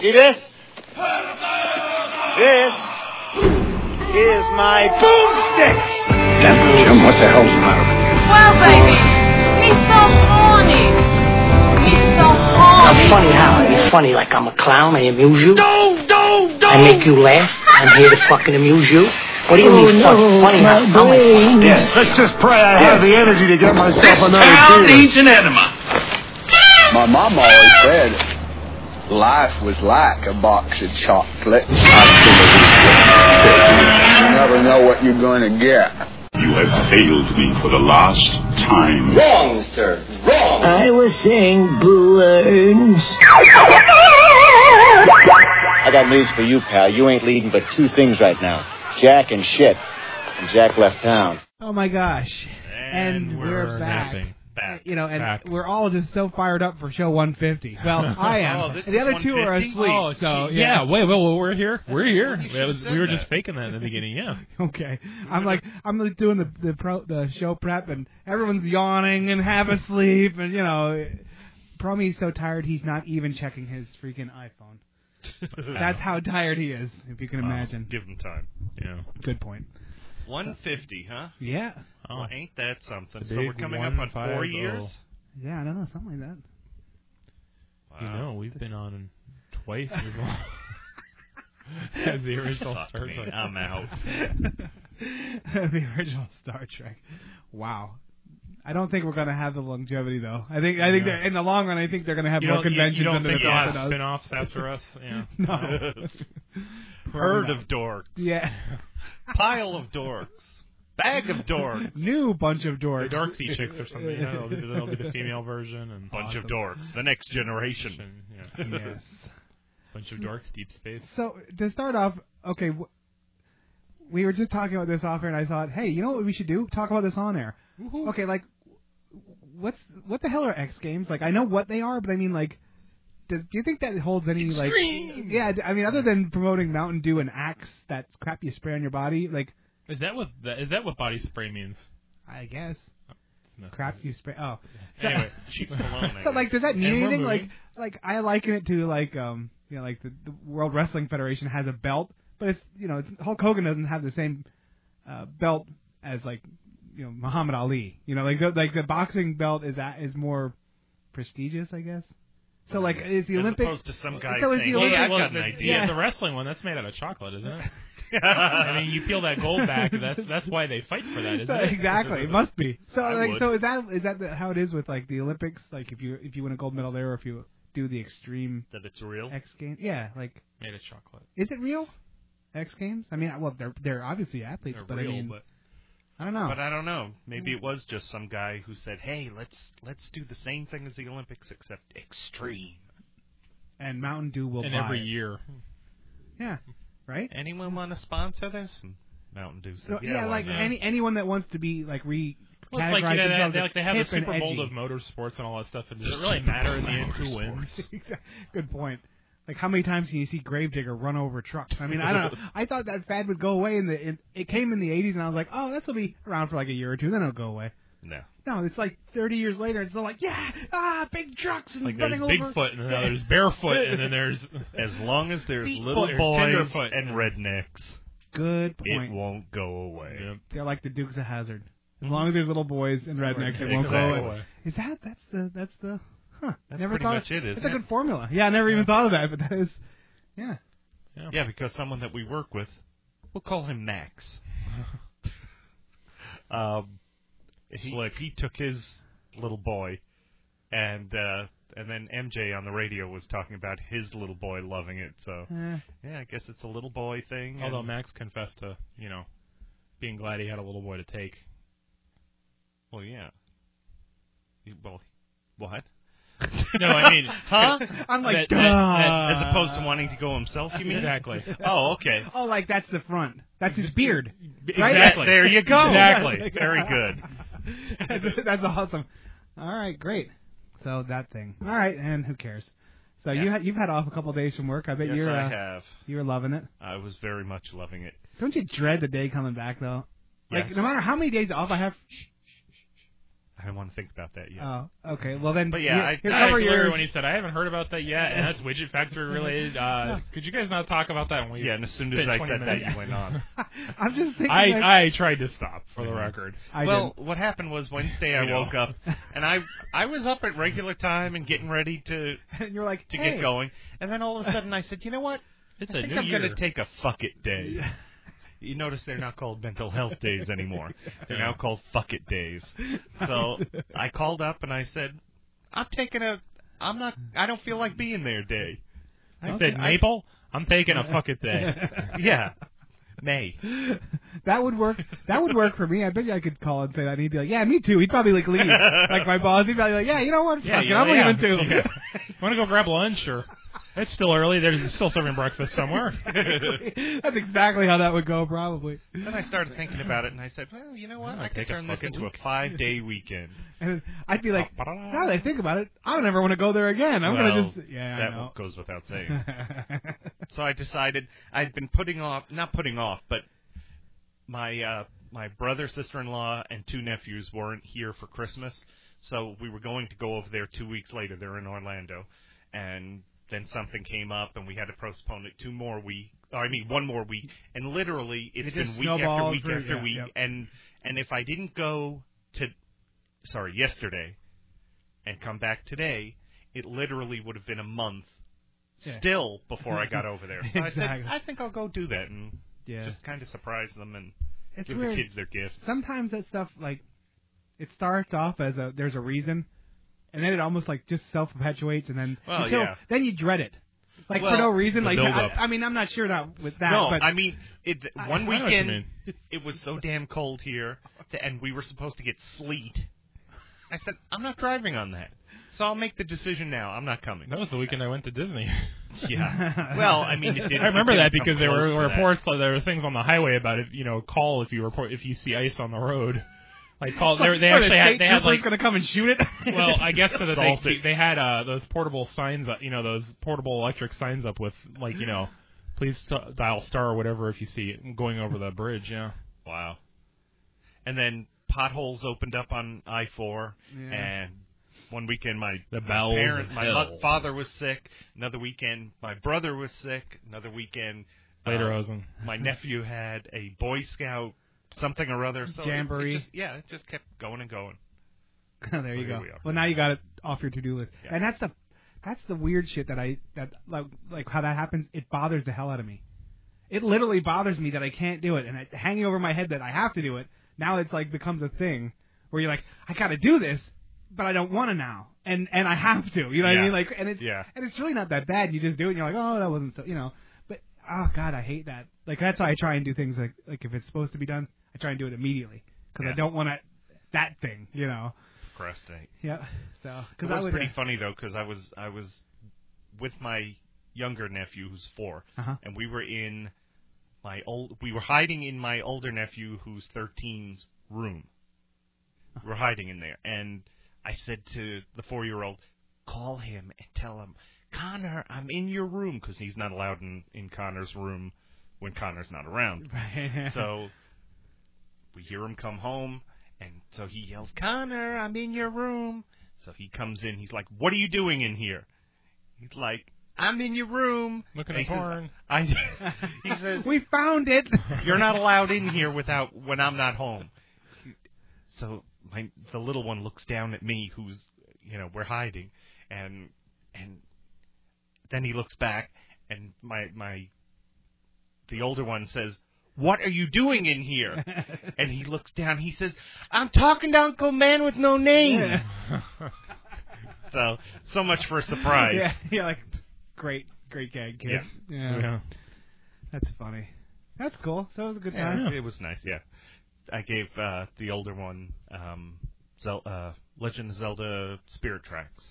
See this? This is my boomstick. Jim, what the hell's the matter with Well, baby, he's so horny. He's so I'm horny. funny how? I be funny like I'm a clown. I amuse you. Don't, don't, Oh, I make you laugh. I'm here to fucking amuse you. What do you mean fun- funny how? How am I funny? you? Yes. Let's just pray I have the energy to get myself an enema. My mom always said life was like a box of chocolates. You never know what you're going to get. You have failed me for the last time. Wrong, sir. Wrong. I was saying balloons. I got news for you, pal. You ain't leading but two things right now Jack and shit. And Jack left town. Oh my gosh. And, we're, back. snapping. Back. You know, and back. we're all just so fired up for show 150. Well, I am. this the is other two are 150? asleep. Oh, so gee, yeah. Wait, wait, well, we're here. We're here. That was- we were just faking that in the beginning. Yeah. Okay. I'm like I'm like doing the the, pro, the show prep and everyone's yawning and half asleep and you know, Promy's so tired he's not even checking his freaking iPhone. That's how tired he is, if you can imagine. Give them time. Yeah. Good point. 150, huh? Yeah. Oh, Well, Oh, ain't that something? So Oh. Big oh. we're coming up on four 150. years. Yeah, I don't know, something like that. You Wow. know, we've been on twice as long as the original Fuck Star me, Trek. I'm out. the original Star Trek. Wow. I don't think we're gonna have the longevity though. I think I think Yeah. that in the long run I think they're gonna have You more don't, you, conventions you don't under think the you'll belt have than us. spin-offs after us? Yeah. No. Herd of dorks. Yeah. Pile of dorks. Bag of dorks. New bunch of dorks. Or dorksy chicks or something. You know, that'll be, that'll be the female version and Bunch of Awesome. dorks. The next generation. And, yeah. Yes. Bunch of dorks, deep space. So to start off, okay, w- we were just talking about this off air, and I thought, hey, you know what we should do? Talk about this on air. Okay, like, what's what the hell are X Games? Like, I know what they are, but I mean, like, does, do you think that holds any like? Yeah, I mean, other than promoting Mountain Dew and Axe, that crap you spray on your body, like, Is that what that, is that what body spray means? I guess No. crap you spray. Oh, Anyway, Chief Malone. I So like, does guess. that mean And we're anything? Like, moving. like I liken it to like, um, you know, like the, the World Wrestling Federation has a belt, but it's you know, it's, Hulk Hogan doesn't have the same uh, belt as like, you know, Muhammad Ali. You know, like the, like the boxing belt is that is more prestigious, I guess. So like, is the As Olympic? opposed to some guy so is the saying, Well, "Hey, Olympic- I've well, got an the- idea." Yeah, the wrestling one that's made out of chocolate, isn't it? I mean, you peel that gold back. That's that's why they fight for that, isn't So- it? exactly, it must be. So I like, would. so is that is that the, how it is with like the Olympics? Like, if you if you win a gold medal there, or if you do the extreme that it's real. X Games, yeah, like. Made of chocolate. Is it real? X Games? I mean, well, they're they're obviously athletes, They're but real, I mean, but I don't know. But I don't know. Maybe it was just some guy who said, "Hey, let's let's do the same thing as the Olympics, except extreme." and Mountain Dew will and buy every it. year. Yeah, right. Anyone want to sponsor this? And Mountain Dew said, So yeah, why like not?" any anyone that wants to be like re Well, it's like categorize you know, they, themselves they, as like they have the hip and Super Bowl edgy. of motorsports and all that stuff, and does it really matter in the end who wins? Exact- Good point. Like how many times can you see Gravedigger run over trucks? I mean, I don't know. I thought that fad would go away in the in, it came in the 80s, and I was like, oh, this will be around for like a year or two, then it'll go away. no. No, it's like 30 years later, and it's still like, yeah, ah, big trucks and Like there's running over. Bigfoot, and then there's Barefoot, and then there's As long as there's Feet little foot. boys Tenderfoot. and rednecks, Good it point. won't go away. Yep. They're like the Dukes of Hazard. As long as there's little boys and rednecks, it won't Mm-hmm. Exactly. go. away. Is that that's the that's the huh? That's never pretty thought much it, That's isn't a it? good formula. Yeah, I never even thought of that, but that is yeah. Yeah, because someone that we work with, we'll call him Max. um, he, Slick. he took his little boy, and uh, and then MJ on the radio was talking about his little boy loving it. So Eh, yeah, I guess it's a little boy thing. and- Although Max confessed to you know being glad he had a little boy to take. well, yeah. You- Well, what? No, I mean, Huh? I'm like, That- duh. that- As opposed to wanting to go himself, you mean? Exactly. Oh, okay. oh, like that's the front. That's his beard. Right? Exactly. There you go. Exactly. Oh, Very good. that's awesome. All right, great. So that thing. All right, and who cares? So you ha- you've had off a couple days from work. I bet Yes, you're I uh, have. you're loving it. I was very much loving it. Don't you dread the day coming back though? Like Yes. no matter how many days off I have, I don't want to think about that Uh, yet. Oh, okay. Well then, But yeah, here, I- here I cover I yours. when he said, "I haven't heard about that yet," and that's Widget Factory related. Uh, could you guys not talk about that? When we yeah, and as soon as spent I 20 said minutes- that, you went on. I'm just thinking. I, like, I tried to stop for the record. I well, didn't. what happened was Wednesday You I know. woke up and I I was up at regular time and getting ready to and you're like to hey. get going, and then all of a sudden I said, you know what? It's I a think new I'm year. gonna take a fuck it day. You notice they're not called mental health days anymore. They're now called fuck it days. So I called up and I said, I'm taking a I'm not I don't feel like being there day. I Okay. said maple. I'm taking a fuck it day. Yeah. May. That would work. That would work for me. I bet you I could call and say that, and he'd be like, "Yeah, me too." He'd probably like leave, like my boss. He'd probably like, "Yeah, you know what? Fuck it, you- I'm leaving too." yeah. Want to go grab lunch or? It's still early. They're still serving breakfast somewhere. That's exactly how that would go, probably. Then I started thinking about it and I said, well, you know what? I could take a turn this fucking into a week. five day weekend. And I'd be like, "Now that I think about it, I don't ever want to go there again. I'm Oh, Well, gonna just yeah." I that know. goes without saying. so I decided I'd been putting off, not putting off, but my uh, my brother, sister in law, and two nephews weren't here for Christmas, so we were going to go over there two weeks later. They're in Orlando, and then something came up, and we had to postpone it two more week. Or I mean, one more week, and literally it's It been just week after snowballed week through- after yeah, week, yep. and and if I didn't go to, sorry, yesterday, and come back today, it literally would have been a month Yeah. still before I got over there. So I Exactly. said, I think I'll go do that and yeah, just kind of surprise them and it's give weird. the kids their gifts. Sometimes that stuff like it starts off as a there's a reason, and then it almost like just self perpetuates, and then Well, until yeah. then you dread it, like for Well, no reason. the Like I, buildup. I mean, I'm not sure not with that, no, but I mean, it, I- I one know what you weekend mean. it was so damn cold here, th- and we were supposed to get sleet. I said, I'm not driving on that, so I'll make the decision now. I'm not coming. That was the weekend I went to Disney. Yeah. Well, I mean, it did, I remember it that didn't because come there close to were that. reports, like, there were things on the highway about it. You know, call if you report if you see ice on the road. Like call, they, they What, the actually had state they had trooper's like gonna come and shoot it. well, I guess so that they Solved it. they had uh, those portable signs, up, you know, those portable electric signs up with like you know, please st- dial star or whatever if you see it going over the bridge. Yeah, Wow. And then potholes opened up on I four, Yeah. and one weekend my The my bowels parent, of my hell. mo- father was sick. Another weekend my brother was sick. Another weekend later um, I was in. my nephew had a Boy Scout something or other. So it- it Jamboree. just, yeah, it just kept going and going. there you So here go. we are. well, now you got it off your to-do list, Yeah. and that's the that's the weird shit that I that like like how that happens. It bothers the hell out of me. It literally bothers me that I can't do it, and it, hanging over my head that I have to do it. Now it's like becomes a thing where you're like, I got to do this, but I don't want to now, and and I have to. You know what I Yeah. mean? Like, and it's Yeah. and it's really not that bad. You just do it, and you're like, oh, that wasn't so, you know. But oh god, I hate that. Like that's why I try and do things like like if it's supposed to be done, I try and do it immediately because I Yeah. don't want to that thing, you know. Procrastinate. Yeah. So, It because I was would, uh, pretty funny though, because I was I was with my younger nephew who's 4 Uh-huh. and we were in my old we were hiding in my older nephew who's 13's room. We were hiding in there, and I said to the four year old, "Call him and tell him, Connor, I'm in your room," because he's not allowed in in Connor's room when Connor's not around. So we hear him come home, and so he yells, Connor, I'm in your room. So he comes in. He's like, What are you doing in here? He's like, I'm in your room. Looking And he at says, porn. I, he says, we found it. You're not allowed in here without when I'm not home. So my the little one looks down at me, who's you know we're hiding, and and then he looks back, and my my the older one says, "What are you doing in here?" and he looks down. He says, "I'm talking to Uncle Man with no name." So so much for a surprise. yeah, yeah, like great, great gag, kid. Yeah. yeah, that's funny. That's cool. So it was a good Yeah, time. it was nice. Yeah, I gave uh, the older one um, Zel- uh, Legend of Zelda Spirit Tracks.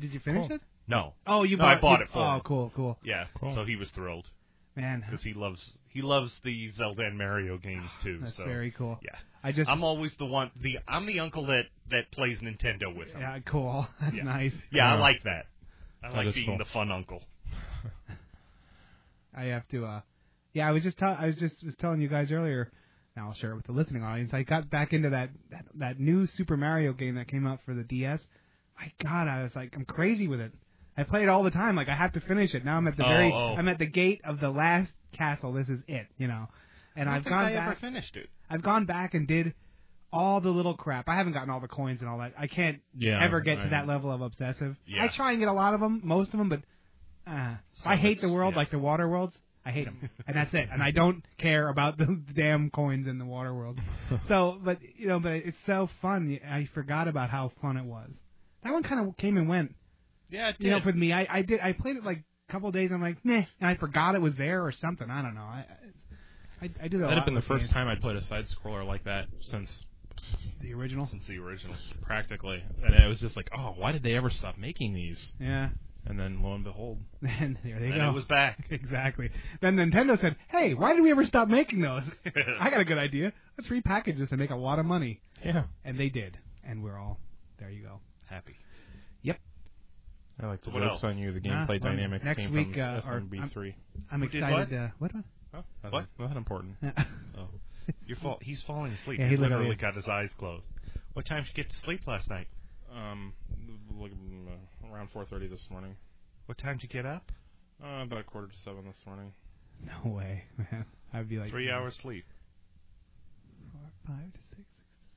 Did you finish Cool. it? No, Oh, you No, bought, I bought you- it for Oh, him. cool, cool, yeah, Cool. so he was thrilled man. because he loves he loves the Zelda and Mario games too. That's so very cool. yeah, I just, I'm always the one the I'm the uncle that that plays Nintendo with him. Yeah, yeah, cool. That's Yeah. nice. I Yeah. like that. I That like is being cool. the fun uncle. I have to. uh Yeah, I was just, tell I was just was telling you guys earlier. Now I'll share it with the listening audience. I got back into that that that new Super Mario game that came out for the DS. My God, I was like, I'm crazy with it. I play it all the time. Like I have to finish it. Now I'm at the Oh, very, oh. I'm at the gate of the last castle. This is it, you know. And I I've don't think gone I back. ever finished it. I've gone back and did all the little crap. I haven't gotten all the coins and all that. I can't Yeah, ever get to right. that level of obsessive. Yeah. I try and get a lot of them, most of them, but uh, So I hate the it's- world yeah. like the water worlds. I hate them, and that's it. And I don't care about the damn coins in the water world. So, but you know, but it's so fun. I forgot about how fun it was. That one kind of came and went. Yeah, it You know, did. with me, I, I did. I played it like a couple of days. I'm like, meh, and I forgot it was there or something. I don't know. I I, I did that. That'd have been the with first games. time I'd played a side scroller like that since The original. since the original. practically, and it was just like, oh, why did they ever stop making these? Yeah. And then lo and behold, And there they And go. it was back. exactly. Then Nintendo said, "Hey, why did we ever stop making those? I got a good idea. Let's repackage this and make a lot of money." yeah, And they did. And we're all there. You go. Happy. I like the What jokes else? on you. The Nah, gameplay Ah, well, dynamics next came week, from uh, our- SMB3. I'm Who did excited. Uh, what? Oh, nothing- What? Nothing important. Oh. Your fault. He's falling asleep. Yeah, he he literally literally is. got his eyes closed. What time did you get to sleep last night? Um, look, mm, around 4:30 this morning. What time did you get up? Uh, about a quarter to seven this morning. no way, man. I'd be like Three hours sleep. four, five to six, six to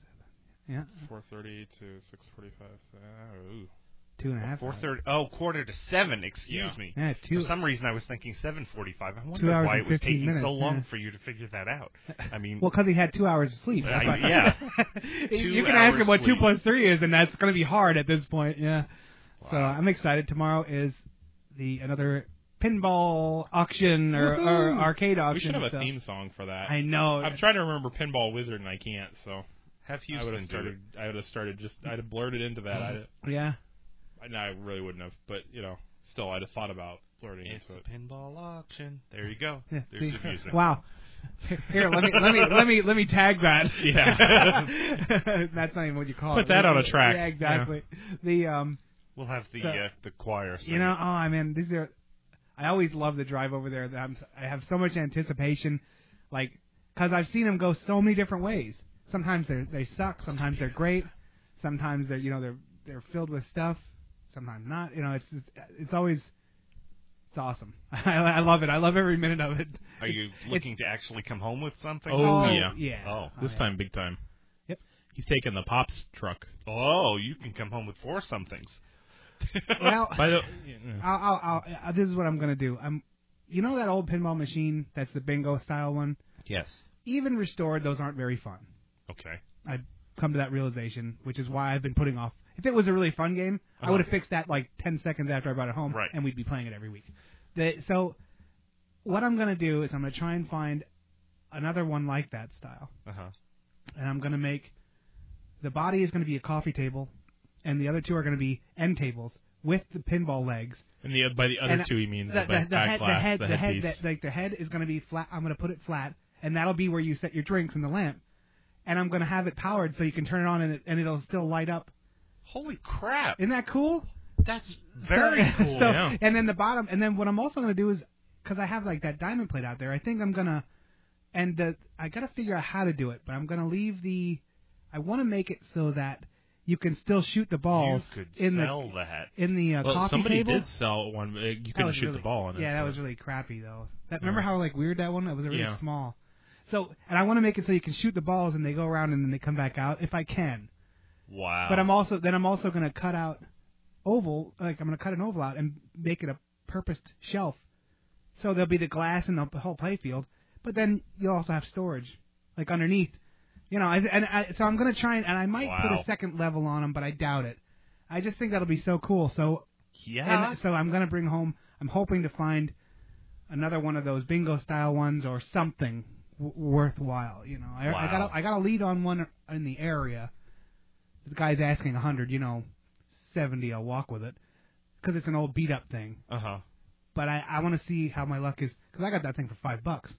seven. Yeah, 4:30 to 6:45. Uh, ooh. two and a half. Four hours. thirty. Oh, quarter to seven. Excuse Yeah. me. Uh, Yeah, For two. some reason, I was thinking seven forty-five. I Two wonder hours why and it was 15 taking so minutes, long yeah. for you to figure that out. I mean, Well, because he had two hours of sleep. That's Uh, I- why- yeah. you Two can ask hours him what two sleep. plus three is, and that's going to be hard at this point. Yeah. So I'm excited. Tomorrow is the another pinball auction or, or arcade auction. We should have a so- theme song for that. I know. I'm trying to remember Pinball Wizard and I can't, so have I would Houston do have it. started. I would have started just. I'd have blurted into that. I, yeah. I, no, I really wouldn't have, but you know, still, I'd have thought about blurting It's into it. a pinball auction. There you go. yeah There's see? your music. Wow. Here, let me let me let me let me tag that. Yeah. That's not even what you call it. Put that on a track. Yeah, exactly. The um. We'll have the So- uh, the choir. Sing. You know, oh, I mean, these are. I always love the drive over there. That I'm, I have so much anticipation, like, because I've seen them go so many different ways. Sometimes they they suck. Sometimes they're great. Sometimes they're you know they're they're filled with stuff. Sometimes not. You know, it's it's, it's always it's awesome. I, I love it. I love every minute of it. Are you looking to actually come home with something? Oh, yeah. yeah. Oh. This yeah. time, big time. Yep. He's taking the pops truck. Oh, you can come home with four somethings. Well, By the Mm. I'll, I'll, I'll, uh, this is what I'm gonna do. I'm, you know that old pinball machine that's the bingo style one. yes. Even restored, those aren't very fun. Okay. I come to that realization, which is why I've been putting off. If it was a really fun game, I Uh-huh. would have fixed that like ten seconds after I brought it home, Right. and we'd be playing it every week. The, so, what I'm gonna do is I'm gonna try and find another one like that style, Uh huh. and I'm gonna make the body is gonna be a coffee table, and the other two are gonna be end tables with the pinball legs. and the by the other And two, he means The, the, the back head, the glass, head, the the head, headpiece. the, like the head is gonna be flat. I'm gonna put it flat, and that'll be where you set your drinks and the lamp. And I'm gonna have it powered so you can turn it on and, it, and it'll still light up Holy crap! Isn't that cool? That's very So- cool. so- yeah. And then the bottom, and then what I'm also going to do is, because I have like that diamond plate out there, I think I'm gonna, and the I got to figure out how to do it, but I'm gonna leave the, I want to make it so that you can still shoot the balls you could in sell the that. in the uh, well, coffee somebody table. did sell one. but You That couldn't was shoot really- the ball on it. Yeah, that but- was really crappy though. That Yeah. remember how like weird that one? It was really Yeah. small. So, and I want to make it so you can shoot the balls and they go around and then they come back out if I can. Wow. But I'm Oh. also then I'm also gonna cut out oval like I'm gonna cut an oval out and make it a purposed shelf. So there'll be the glass and the whole play field, but then you'll also have storage like underneath. You know, and, and I, so I'm gonna try and, and I might put Wow. a second level on them, but I doubt it. I just think that'll be so cool. So yeah. and so I'm gonna bring home. I'm hoping to find another one of those bingo style ones or something w- worthwhile. You know, I, I Wow. got a, I got a lead on one in the area. The guy's asking 100. You know, 70. I'll walk with it because it's an old beat up thing. uh huh. But I I want to see how my luck is because I got that thing for five bucks.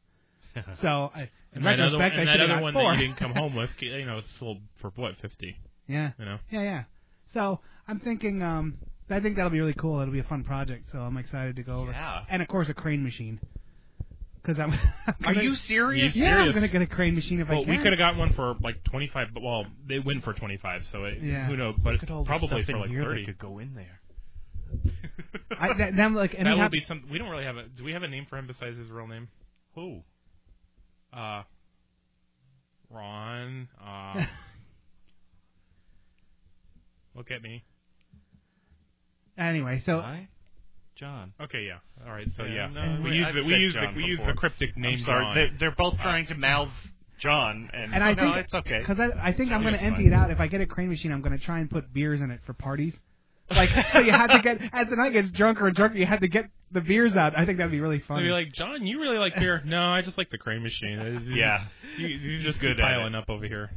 So I, in And that other, retrospect, and I that should other have one four. that you didn't come home with, you know, it's sold for what fifty. yeah. You know, Yeah, yeah. So I'm thinking, um, I think that'll be really cool. It'll be a fun project. So I'm excited to go over. Yeah. And of course, a crane machine. because I'm. I'm Are gonna- you serious? Yeah, I'm serious? gonna get a crane machine if I Well, can. we could have got one for like twenty five. But well, they went for twenty five, so it, Yeah. who knows? But Look at all the probably stuff for in like here that thirty. could go in there. I, that, then, like, and that it will hap- be some. We don't really have a. Do we have a name for him besides his real name? Who? Uh, Ron. Uh, look at me. anyway. So Why? John. Okay, yeah. All right, so Yeah, yeah, no, we I- use I've the we said use the John we use the before. cryptic name. I'm sorry. John. They're, they're both trying to mouth John, and, Oh, And I no, think- it's okay. Because I, I think I'm Yeah, going it's to empty fine. it out. If I get a crane machine, I'm going to try and put beers in it for parties. Like, so you had to get, as the night gets drunker and drunker, you had to get the beers out. I think that'd be really They'd fun. be like, John, you really like beer? no, I just like the crane machine. Uh, Yeah. you, you He's just good good at piling it. up over here.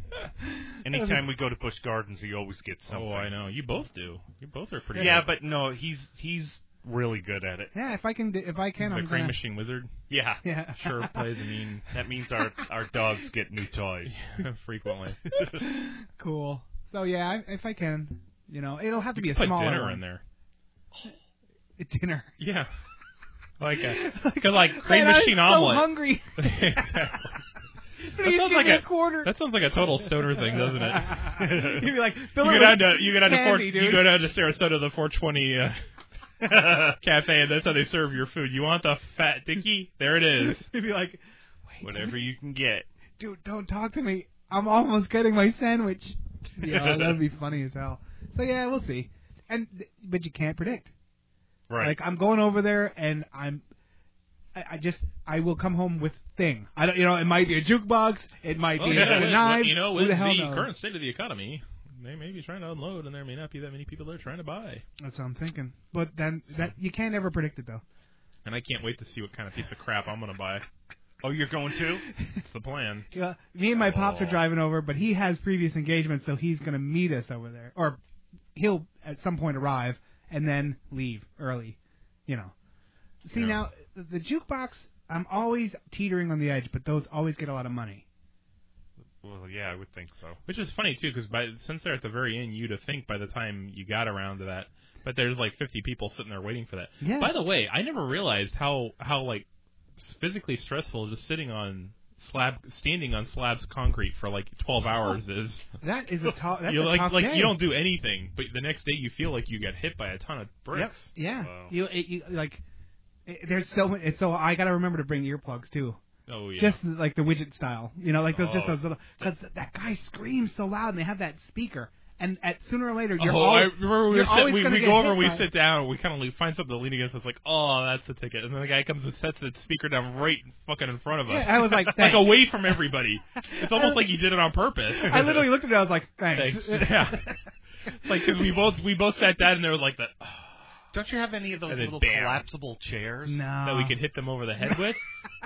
Anytime we go to Bush Gardens, he always gets something. Oh, I know. You both do. You both are pretty. Yeah, good. but no, he's he's really good at it. yeah, if I can, do- if I can, the I'm crane gonna, machine wizard Yeah. Yeah. sure plays a mean That means our our dogs get new toys. frequently. Cool. So yeah, I- if I can, you know, it'll have to be a Put smaller dinner one. in there. Dinner. Yeah. Like a like, a, like Man, crane machine I'm so omelet. hungry. exactly. Please sounds give like me a, a- quarter. That sounds like a total stoner thing, doesn't it? You'd be like, You fill it go with down to you go down to four, candy, you dude. go down to Sarasota the 420 uh, cafe and that's how they serve your food. You want the fat dicky? There it is. You'd be like, wait, Whatever you can get. dude, don't talk to me. I'm almost getting my sandwich. Yeah, that'd be funny as hell. So yeah, we'll see. And but you can't predict. Right. Like I'm going over there, and I'm, I, I just I will come home with thing. I don't, you know, it might be a jukebox, it might be Oh, yeah, a with- knife. you know, who with the hell knows? current state of the economy, they may be trying to unload, and there may not be that many people there trying to buy. That's what I'm thinking. But then that you can't ever predict it though. And I can't wait to see what kind of piece of crap I'm going to buy. oh, you're going too? That's the plan. Yeah, me and my pops are Oh. driving over, but he has previous engagements, so he's gonna meet us over there, or he'll at some point arrive and then leave early. You know. See Yeah. now the jukebox, I'm always teetering on the edge, but those always get a lot of money. Well, yeah, I would think so. Which is funny too, because by since they're at the very end, you'd have think by the time you got around to that, but there's like 50 people sitting there waiting for that. Yeah. By the way, I never realized how how like s- physically stressful just sitting on slab, standing on slabs concrete for like 12 hours is. That is a tough. That's a you like tough like day. you don't do anything, but the next day you feel like you got hit by a ton of Yep. bricks. Yeah. Wow. You, it, you like. It, there's so many. It's so I gotta remember to bring earplugs too. Oh yeah. Just like the widget style, you know, like those just Oh. those little. Because that guy screams so loud, and they have that speaker, and at sooner or later you're oh, all. I remember we, you're were sit, always we, gonna we get go hit over, and we by it. sit down, we kind of find something to lean against. It's like, oh, that's the ticket, and then the guy comes and sets the speaker down right fucking in front of us. Yeah, I was like, like "Thanks." away from everybody. It's I almost was- like he did it on purpose. I literally looked at it. I was like, thanks. Thanks. Yeah. It's like because we both we both sat down and there was like the Don't you have any of those And then little bam. collapsible chairs? no. that we could hit them over the head with.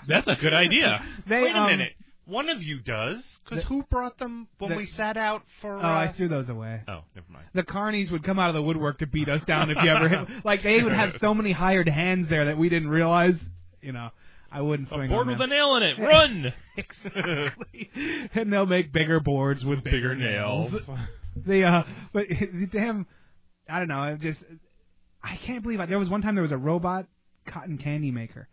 That's a good idea. They, Wait a um, minute. One of you does, because The- who brought them when the- we sat out for? Oh, uh, I threw those away. oh, never mind. The carnies would come out of the woodwork to beat us down if you ever hit. Like they would have so many hired hands there that we didn't realize. You know, I wouldn't A swing board on with a them. nail in it. Run. Exactly. and they'll make bigger boards with Bigger nails. They uh, but damn, I don't know. I just, I can't believe I, there was one time there was a robot cotton candy maker.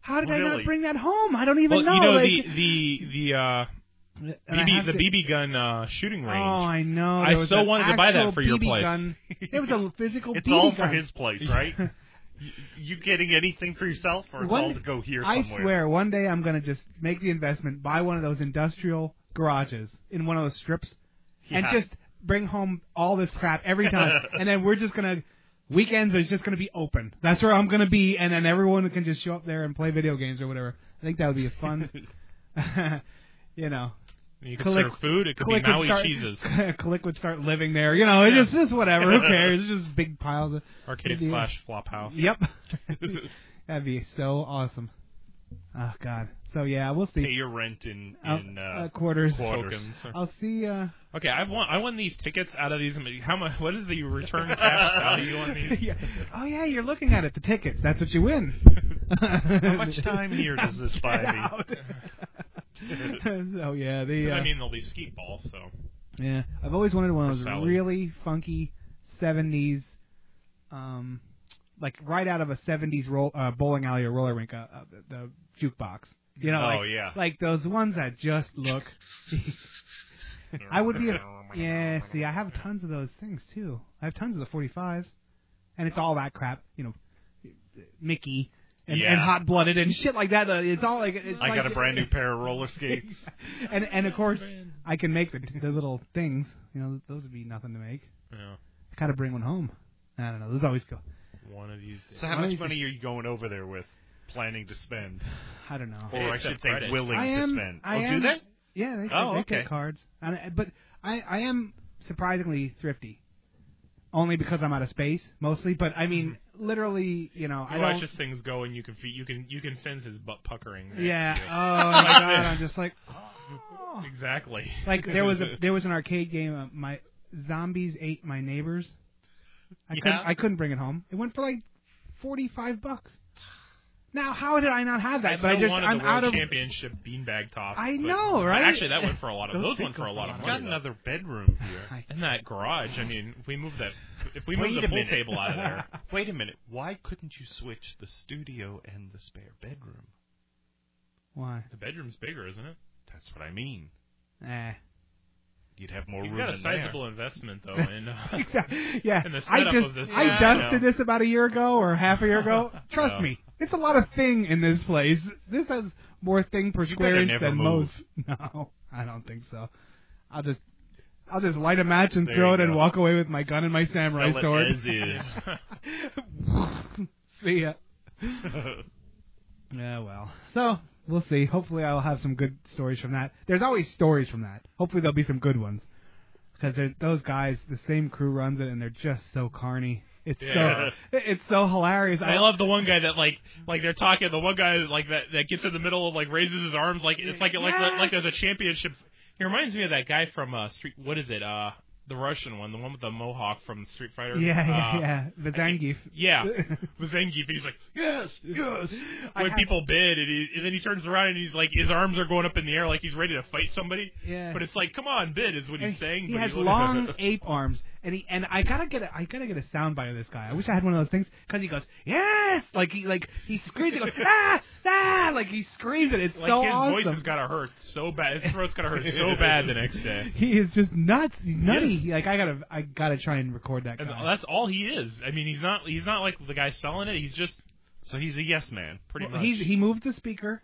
How did I Really? not bring that home? I don't Well, even you know know. the the the uh, like, and I BB have the to- BB gun uh, shooting Oh, range. I know. I There was so an wanted to buy that actual for your BB place. Gun. It was a physical. It's BB all for gun. his place, right? Y- you getting anything for yourself, or it's One- all to go here I somewhere? swear, one day I'm gonna just make the investment, buy one of those industrial garages in one of those strips, and Yeah. just bring home all this crap every time. and then we're just gonna weekends is just gonna be open. That's where I'm gonna be, and then everyone can just show up there and play video games or whatever. I think that would be a fun, you know. You could Click- serve food. It could Click be Maui would start, cheeses, Click would start living there. You know, it's Yeah. just, just whatever. Who cares? It's just big piles of. arcade Yeah. slash flop house. Yep. That'd be so awesome. Oh God. So yeah, we'll Pay see. your rent in I'll- in uh, uh, quarters. quarters. Tokens. I'll see. Uh, Okay, I won. I won these tickets out of these. How much? What is the return cash value on these? yeah. Oh yeah, you're looking at it. The tickets. That's what you win. How much time here does this buy me? so yeah, the. Uh, I mean, they'll be skeet balls. So yeah, I've always wanted one of Or those salad. really funky '70s. Um, like right out of a '70s roll, uh, bowling alley or roller rink, uh, uh, the, the jukebox. You know, Oh, like, yeah. like those ones that just look. I would be. A, yeah, see, I have tons of those things too. I have tons of the 45s, and it's all that crap. You know, Mickey and, and Yeah. hot blooded and shit like that. Uh, It's all like it's I like, got a brand new pair of roller skates. and and of course, I can make the, the little things. You know, those would be nothing to make. Yeah. I gotta bring one home. I don't know. Those always go. One of these days. So how Why much is money are you going over there with? Planning to spend, I don't know. or I It's a should say, credit. willing I am. to spend. I oh, am, do they? Yeah, they, Oh, they okay. take cards. And I, but I, I am surprisingly thrifty, only because I'm out of space mostly. But I mean, Mm-hmm. literally, you know, I You watch don't. as things go, and you can fe- you can you can sense his butt puckering. That's yeah. good. Oh my god! I'm just like, oh. Exactly. like there was a there was an arcade game. Of my zombies ate my neighbors. I couldn't Yeah. I couldn't bring it home. It went for like forty five bucks. Now how did I not have that? I but I still just wanted I'm the out world of championship beanbag top. I but- know, right? Actually, that went for a lot of Those those things went for a cost lot a lot of I've of money. got though. another bedroom here. In that garage, I mean, if we move that, if we Wait move a the pool minute. table out of there, Wait a minute. Why couldn't you switch the studio and the spare bedroom? why? the bedroom's bigger, isn't it? That's what I mean. Eh. You'd have more He's room got a in there. sizable investment though, and uh, Exactly. Yeah. And the I setup just of this- I Yeah, I dusted know. this about a year ago or half a year ago. Trust Yeah. me, it's a lot of thing in this place. This has more thing per square better inch never than move. most. No, I don't think so. I'll just I'll just light a match and There throw you it and go. walk away with my gun and my samurai Sell it sword. as is. see ya. Yeah, well. So we'll see. Hopefully, I'll have some good stories from that. There's always stories from that. Hopefully, there'll be some good ones because those guys, the same crew runs it, and they're just so carny. It's Yeah. so it- it's so hilarious. I love the one guy that like like they're talking. The one guy like that that gets in the middle of like raises his arms like it's like like Yeah. like there's a championship. He reminds me of that guy from uh Street. What is it? Uh, the Russian one, the one with the mohawk from Street Fighter. Yeah, Uh, yeah, yeah. Vazangif. Yeah, with Zangief, and he's like, yes, yes. I When have- people bid, and, he, and then he turns around and he's like, his arms are going up in the air like he's ready to fight somebody. Yeah. But it's like, come on, bid is what And he's saying. He but has he's looking- long ape arms, and he and I gotta get a, I gotta get a soundbite of this guy. I wish I had one of those things because he goes yes, like he like he screams, he goes ah ah, like he screams it. It's like so his awesome. voice has gotta hurt so bad. His throat's gotta hurt so bad the next day. He is just nuts. He's nutty. Yes. Like I gotta, I gotta try and record that And guy. that's all he is. I mean, he's not he's not like the guy selling it. He's just so he's a yes man. pretty Well, much. he's- he moves the speaker,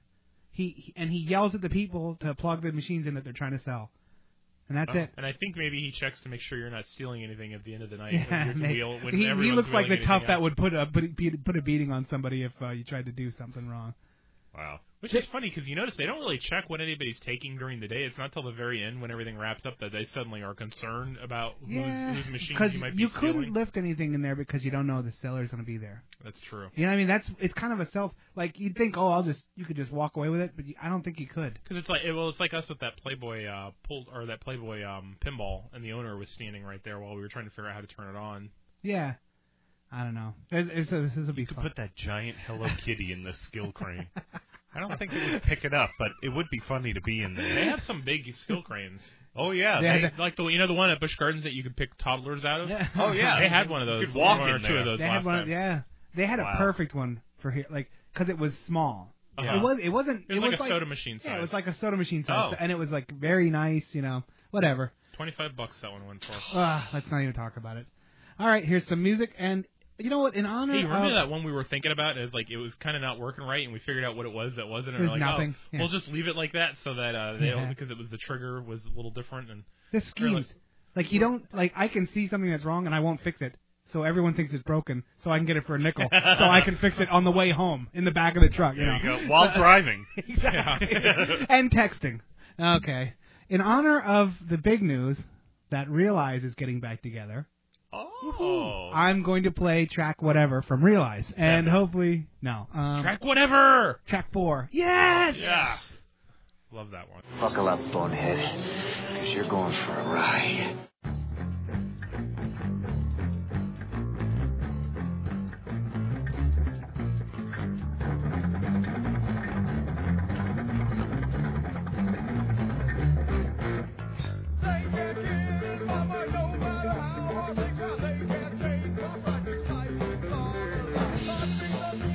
he, he- and he yells at the people to plug the machines in that they're trying to sell, and that's it. and I think maybe he checks to make sure you're not stealing anything at the end of the night. Yeah, when you're- man. wheel- when he, he everyone's looks like wheeling the anything tough out. that would put a put, a- put a beating on somebody if uh, you tried to do something wrong. Wow. Which is funny because you notice they don't really check what anybody's taking during the day. It's not till the very end when everything wraps up that they suddenly are concerned about whose, whose because machines you you, might be couldn't stealing. lift anything in there because you don't know the seller's going to be there. That's true. You know what I mean? That's it's kind of a self like you'd think. Oh, I'll just you could just walk away with it, but you, I don't think you could. Because it's like well, it's like us with that Playboy uh, pulled or that Playboy um, pinball, and the owner was standing right there while we were trying to figure out how to turn it on. Yeah, I don't know. It's, it's, this will be You could fun. put that giant Hello Kitty in the skill crane. I don't think it would pick it up, but it would be funny to be in They there. have some big skill cranes, Oh yeah. Yeah, they- that- like the you know the one at Busch Gardens that you could pick toddlers out of. Yeah. oh yeah. They had one of those. You could walk one or in two there. of those They last had one. time. Yeah, they had Wow. a perfect one for here, like because it was small. Uh-huh. It was. It wasn't. It was like a soda machine Yeah, size. it was like a soda machine size, Oh. and it was like very nice. You know, whatever. Twenty-five bucks that one went for. Ugh, let's not even talk about it. All right, here's some music, and you know what? In honor Hey, remember of that one we were thinking about? As like it was kind of not working right, and we figured out what it was that It wasn't. And was we're like, nothing, oh, yeah. we'll just leave it like that so that uh, they Yeah. don't because it was the trigger was a little different. And the schemes, like you don't like I can see something that's wrong and I won't fix it. So everyone thinks it's broken, so I can get it for a nickel, so I can fix it on the way home in the back of the truck. You There know, you go. While driving. Exactly. Yeah. and texting. Okay. In honor of the big news that Realize is getting back together, Oh. I'm going to play track whatever from Realize, Seven. and hopefully no um, track whatever. track four. Yes. Yeah. Love that one. Buckle up, bonehead, because you're going for a ride. Papa, no matter how hard they try, they can't change Papa. His life is all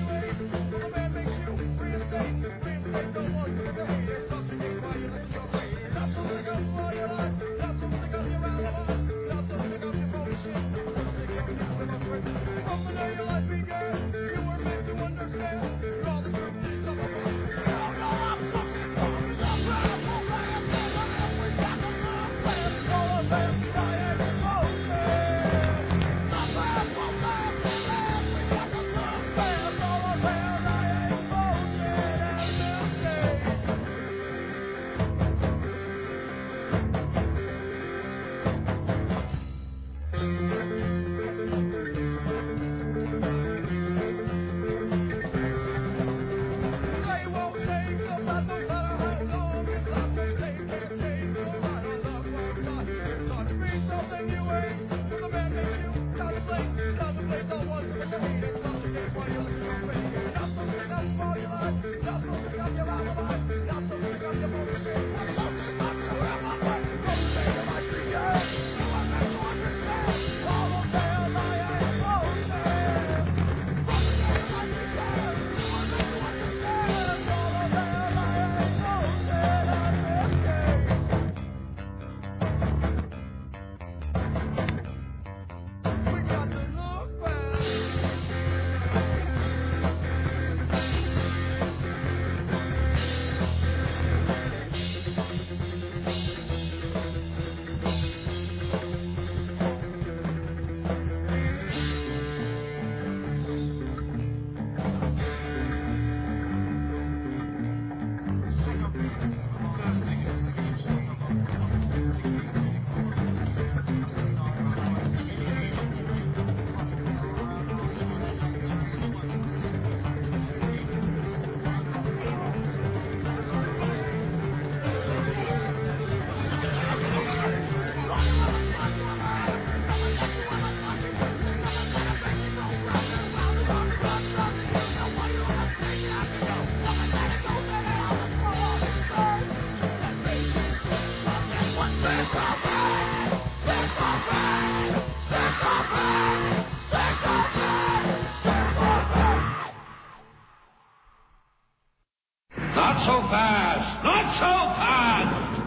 Not so fast! Not so fast!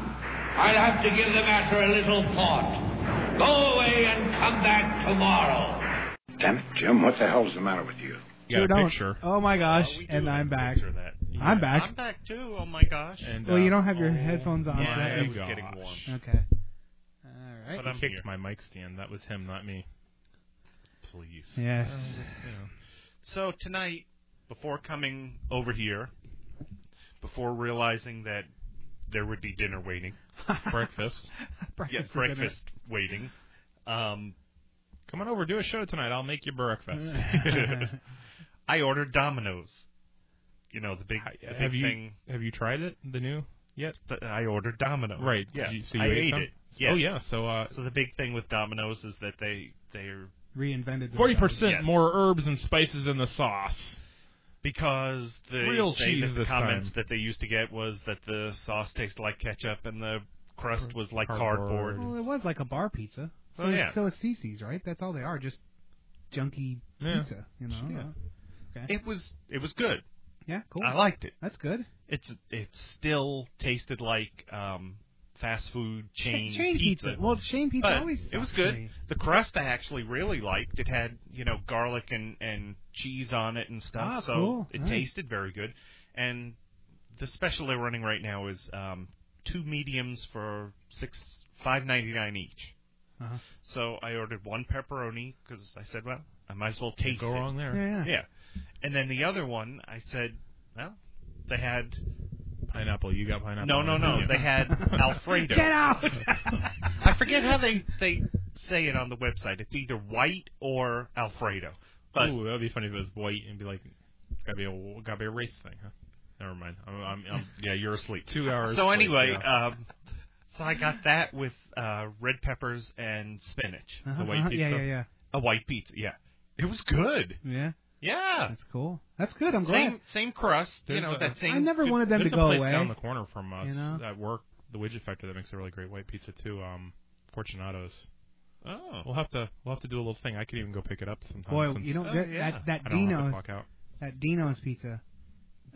I'll have to give the matter a little thought. Go away and come back tomorrow. Damn it, Jim, what the hell's the matter with you? You got Sure a don't. picture. Oh my gosh, Oh, we do and have I'm a back. picture of that. I'm back. I'm back too. Oh my gosh. And, Uh, Well, uh, you don't have your oh, headphones on, my so that Yeah, it was gosh. getting warm. Okay. All right. But I'm He kicked here. my mic stand. That was him, not me. Please. Yes. Oh. So tonight, before coming over here, before realizing that there would be dinner waiting, Breakfast. breakfast. yes, is dinner. breakfast waiting, um, Come on over, do a show tonight. I'll make you breakfast. I ordered Domino's. You know the big, the big uh, have you thing. have you tried it? The new? Yet? that I ordered Domino's. Right. Oh, Yeah. Did you- so you I ate ate some? it. Yes. Oh yeah. So uh, So the big thing with Domino's is that they they're Reinvented. forty percent Yes. more herbs and spices in the sauce. because the Real say cheese that the this comments time. that they used to get was that the sauce tasted like ketchup and the crust was like Cardboard. cardboard. Well, it was like a bar pizza. So Oh, it's- yeah. So it's CC's, right? That's all they are, just junky Yeah. pizza. You know. Yeah. It was it was good. Yeah, Cool. I liked it. That's good. It's it still tasted like um, fast food chain, Chain pizza. Well, chain pizza but always. it was sucks good. to me. The crust I actually really liked. It had you know garlic and and cheese on it and stuff, Ah, so cool. it Nice. tasted very good. And the special they're running right now is um, two mediums for six five ninety nine each. Uh-huh. So I ordered one pepperoni because I said, well, I might as well taste Go it. wrong there. Yeah. yeah. Yeah. And then the other one, I said, well, they had Pineapple. You got pineapple. no, on no, it, no. didn't you? They had Alfredo. Get out. I forget how they they say it on the website. It's either white or Alfredo. But Ooh, that'd be funny if it was white and be like, it's gotta be a gotta be a race thing, huh? Never mind. I'm, I'm, I'm yeah, you're asleep. two hours. So late, anyway, yeah. um, so I got that with uh, red peppers and spinach. Uh-huh, The white uh-huh. pizza. Yeah, yeah, A white pizza. Yeah. It was good. yeah. Yeah. Yeah. That's cool. That's good. I'm glad. Same same crust. There's you know a- that same. I never wanted them to There's a go place away. down the corner from us you know? at work, the Widget Factory, that makes a really great white pizza too. Um, Fortunato's. Oh. We'll have to we'll have to do a little thing. I could even go pick it up sometime. Boy, since you know Oh, that, yeah. that that I don't have to Dino's clock out. that Dino's pizza